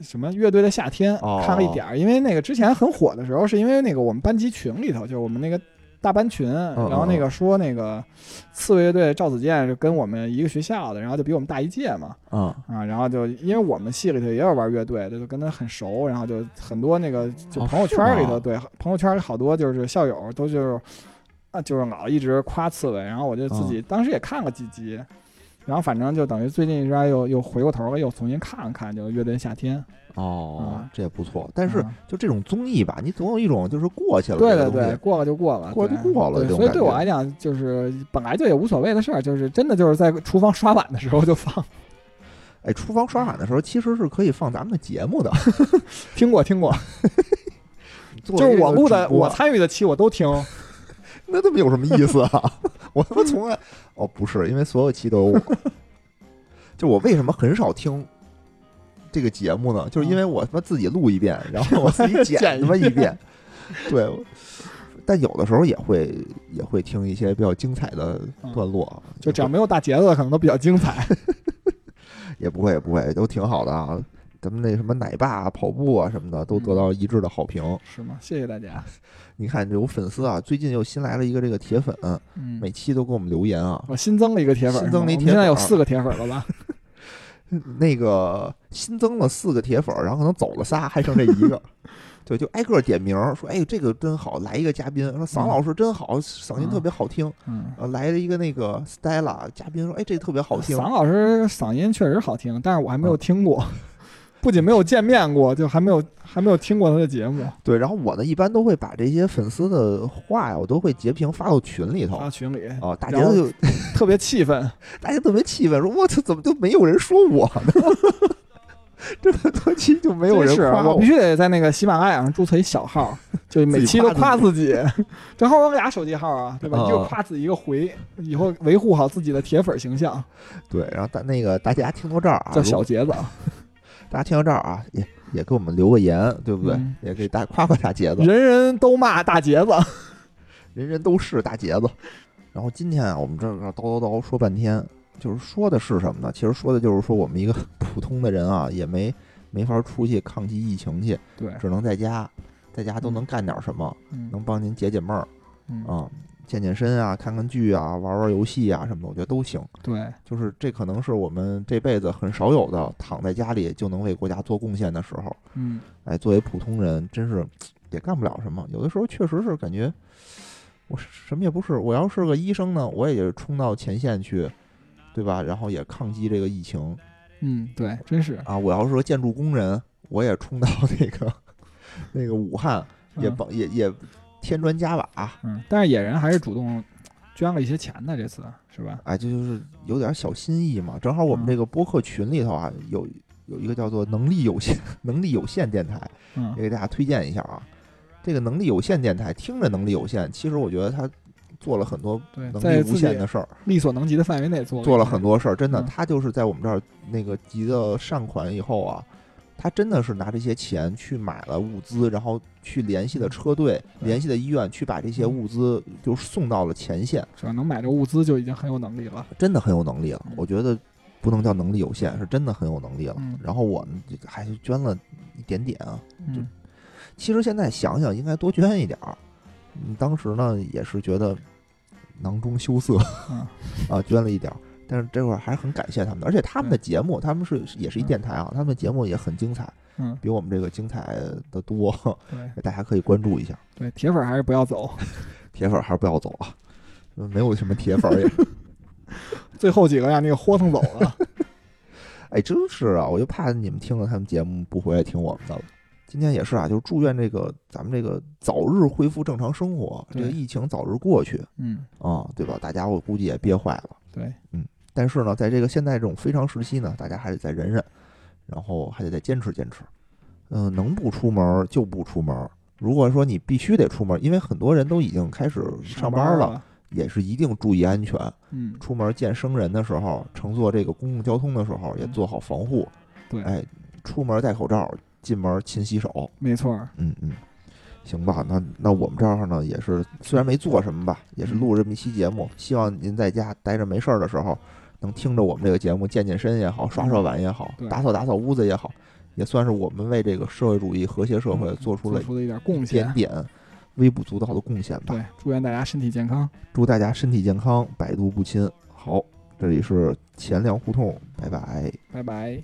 什么乐队的夏天
哦
看了一点儿，因为那个之前很火的时候，是因为那个我们班级群里头，就是我们那个大班群，
嗯
然后那个说那个刺猬乐队赵子健是跟我们一个学校的，然后就比我们大一届嘛，
啊，
啊，然后就因为我们系里头也有玩乐队的，就跟他很熟，然后就很多那个就
哦
朋友
是
圈里头，
吗
对朋友圈里好多就是校友都就是啊，就是老一直夸刺猬，然后我就自
嗯
己当时也看了几集，然后反正就等于最近一段又又回过头了，又重新看了看，就乐队夏天，
哦
嗯，
这也不错。但是
嗯
就这种综艺吧，你总有一种就是过去了，
对
这
对
个东
对，
西，
过了就过了，
过了就
对
过了这
对
种
所以
感
对我
觉
来讲，就是本来就也无所谓的事儿，就是真的就是在厨房刷碗的时候就放，
哎，厨房刷碗的时候其实是可以放咱们的节目的，
听过听过，
就
就是我录的我参与的期我都听。
那他妈有什么意思啊？ 我他妈从来哦不是，因为所有期都有我。 就我为什么很少听这个节目呢？就是因为我他妈自己录一遍，然后我自己
剪
剪
一
他妈一
遍
遍。对，我但有的时候也会也会听一些比较精彩的段落啊，
就只要没有大节奏的，可能都比较 精彩。
也不会也不会都挺好的啊。咱们那什么奶爸、跑步啊什么的，都得到一致的好评。
是吗？谢谢大家。
你看，有粉丝啊，最近又新来了一个这个铁粉，
嗯
每，期都给我们留言啊，
我新增了一个铁粉儿，
新增了一
是吗我们
铁
现在
粉
有
儿
四个铁粉儿了吧？
那个新增了四个铁粉儿，然后可能走了仨，还剩这一个。 对，就挨个儿点名儿说，哎，这个真好，来一个嘉宾，说
嗯
嗓老师真好，嗓音
嗯
特别好听。
嗯，
呃，来了一个那个 Stella 嘉宾说，哎，这特别好听。
嗓老师嗓音确实好听，但是我还没有听过，
嗯
不仅没有见面过，就还没有还没有听过他的节目。
对，然后我呢，一般都会把这些粉丝的话呀，我都会截屏发到群里头。
发群里
啊，大家
然后
就
特别气愤，
大家特别气愤，说我操，怎么就没有人说我呢？ 这么多期就没
没
有人
是啊
夸
我必须得在那个喜马拉雅上注册一 小号，就每期都夸自己。 正好我有俩手机号啊，对吧？
嗯
一个夸自己，一个回，以后维护好自己的铁粉形象，
对，然后大那个大家听到这儿啊，
叫
如果
小杰子啊。
大家听到这儿啊，也也给我们留个言，对不对？
嗯
也给大夸夸大杰子，
人人都骂大杰子，
人人都是大杰子。然后今天啊，我们这个叨叨叨说半天，就是说的是什么呢？其实说的就是说我们一个 普通的人啊，也没没法出去抗击疫情去，
对，
只能在家，在家都能干点什么，
嗯
能帮您解解闷儿
嗯，
啊、健健身啊，看看剧啊，玩玩游戏啊什么的，我觉得都行。
对，
就是这可能是我们这辈子很少有的躺在家里就能为国家做贡献的时候。
嗯，
哎，作为普通人，真是也干不了什么。有的时候确实是感觉我什么也不是。我要是个医生呢，我也得冲到前线去，对吧？然后也抗击这个疫情
嗯，对，真是，
啊。我要是个建筑工人，我也冲到那个 那个武汉，也
嗯
帮、也也添砖加瓦。
嗯，但是野人还是主动捐了一些钱的，这次是吧？
哎，这就是有点小心意嘛。正好我们
嗯
这个播客群里头啊，有有一个叫做“能力有限 能力有限”电台，
嗯
也给大家推荐一下啊。这个能力有限电台听着能力有限，其实我觉得他做了很多，
对，
能
在
力无
自
限
己
的事儿，
力所能及的范围内做
做了很，多事儿。真的，
嗯
他就是在我们这儿那个集到善款以后啊，他真的是拿这些钱去买了物资，然后去联系的车队、
对嗯
联系的医院，去把这些物资就送到了前线。
只要能买着物资就已经很有能力了。
真的很有能力了
嗯，
我觉得不能叫能力有限，是真的很有能力了。
嗯
然后我们这个还捐了一点点啊，
嗯，
其实现在想想应该多捐一点儿。嗯，当时呢也是觉得囊中羞涩，
嗯
啊，捐了一点儿。但是这会儿还是很感谢他们的，而且他们的节目，他们是也是一
嗯
电台啊，他们的节目也很精彩，
嗯，
比我们这个精彩的多，
对
大家可以关注一下。
对，铁粉还是不要走，
铁粉儿还是不要走啊，没有什么铁粉儿也
最后几个让那个豁腾走 了。
哎，真是啊，我就怕你们听了他们节目不回来听我们的了。今天也是啊，就是祝愿这个咱们这个早日恢复正常生活，这
对
个疫情早日过去
嗯，
啊、对吧？大家我估计也憋坏了。
对，
但是呢，在这个现在这种非常时期呢，大家还得再忍忍，然后还得再坚持坚持。嗯、能不出门儿就不出门儿。如果说你必须得出门儿，因为很多人都已经开始上班
班
儿了，
了。
也是一定注意安全。
嗯，
出门见生人的时候，乘坐这个公共交通的时候，也
嗯
做好防护。
对
哎，出门戴口罩，进门勤洗手。
没错儿。
嗯嗯，行吧，那那我们这儿呢，也是虽然没做什么吧，也是录这么一期节
嗯
目，希望您在家待着没事儿的时候，能听着我们这个节目，健健身也好，刷刷碗也好
嗯对，
打扫打扫屋子也好，也算是我们为这个社会主义和谐社会
嗯
做出
做
了
出了一点
一
贡
点
献。
点微不足道的贡献吧。
对，祝愿大家身体健康，
祝大家身体健康，百毒不侵。好，这里是钱粮胡同，拜拜。
拜拜。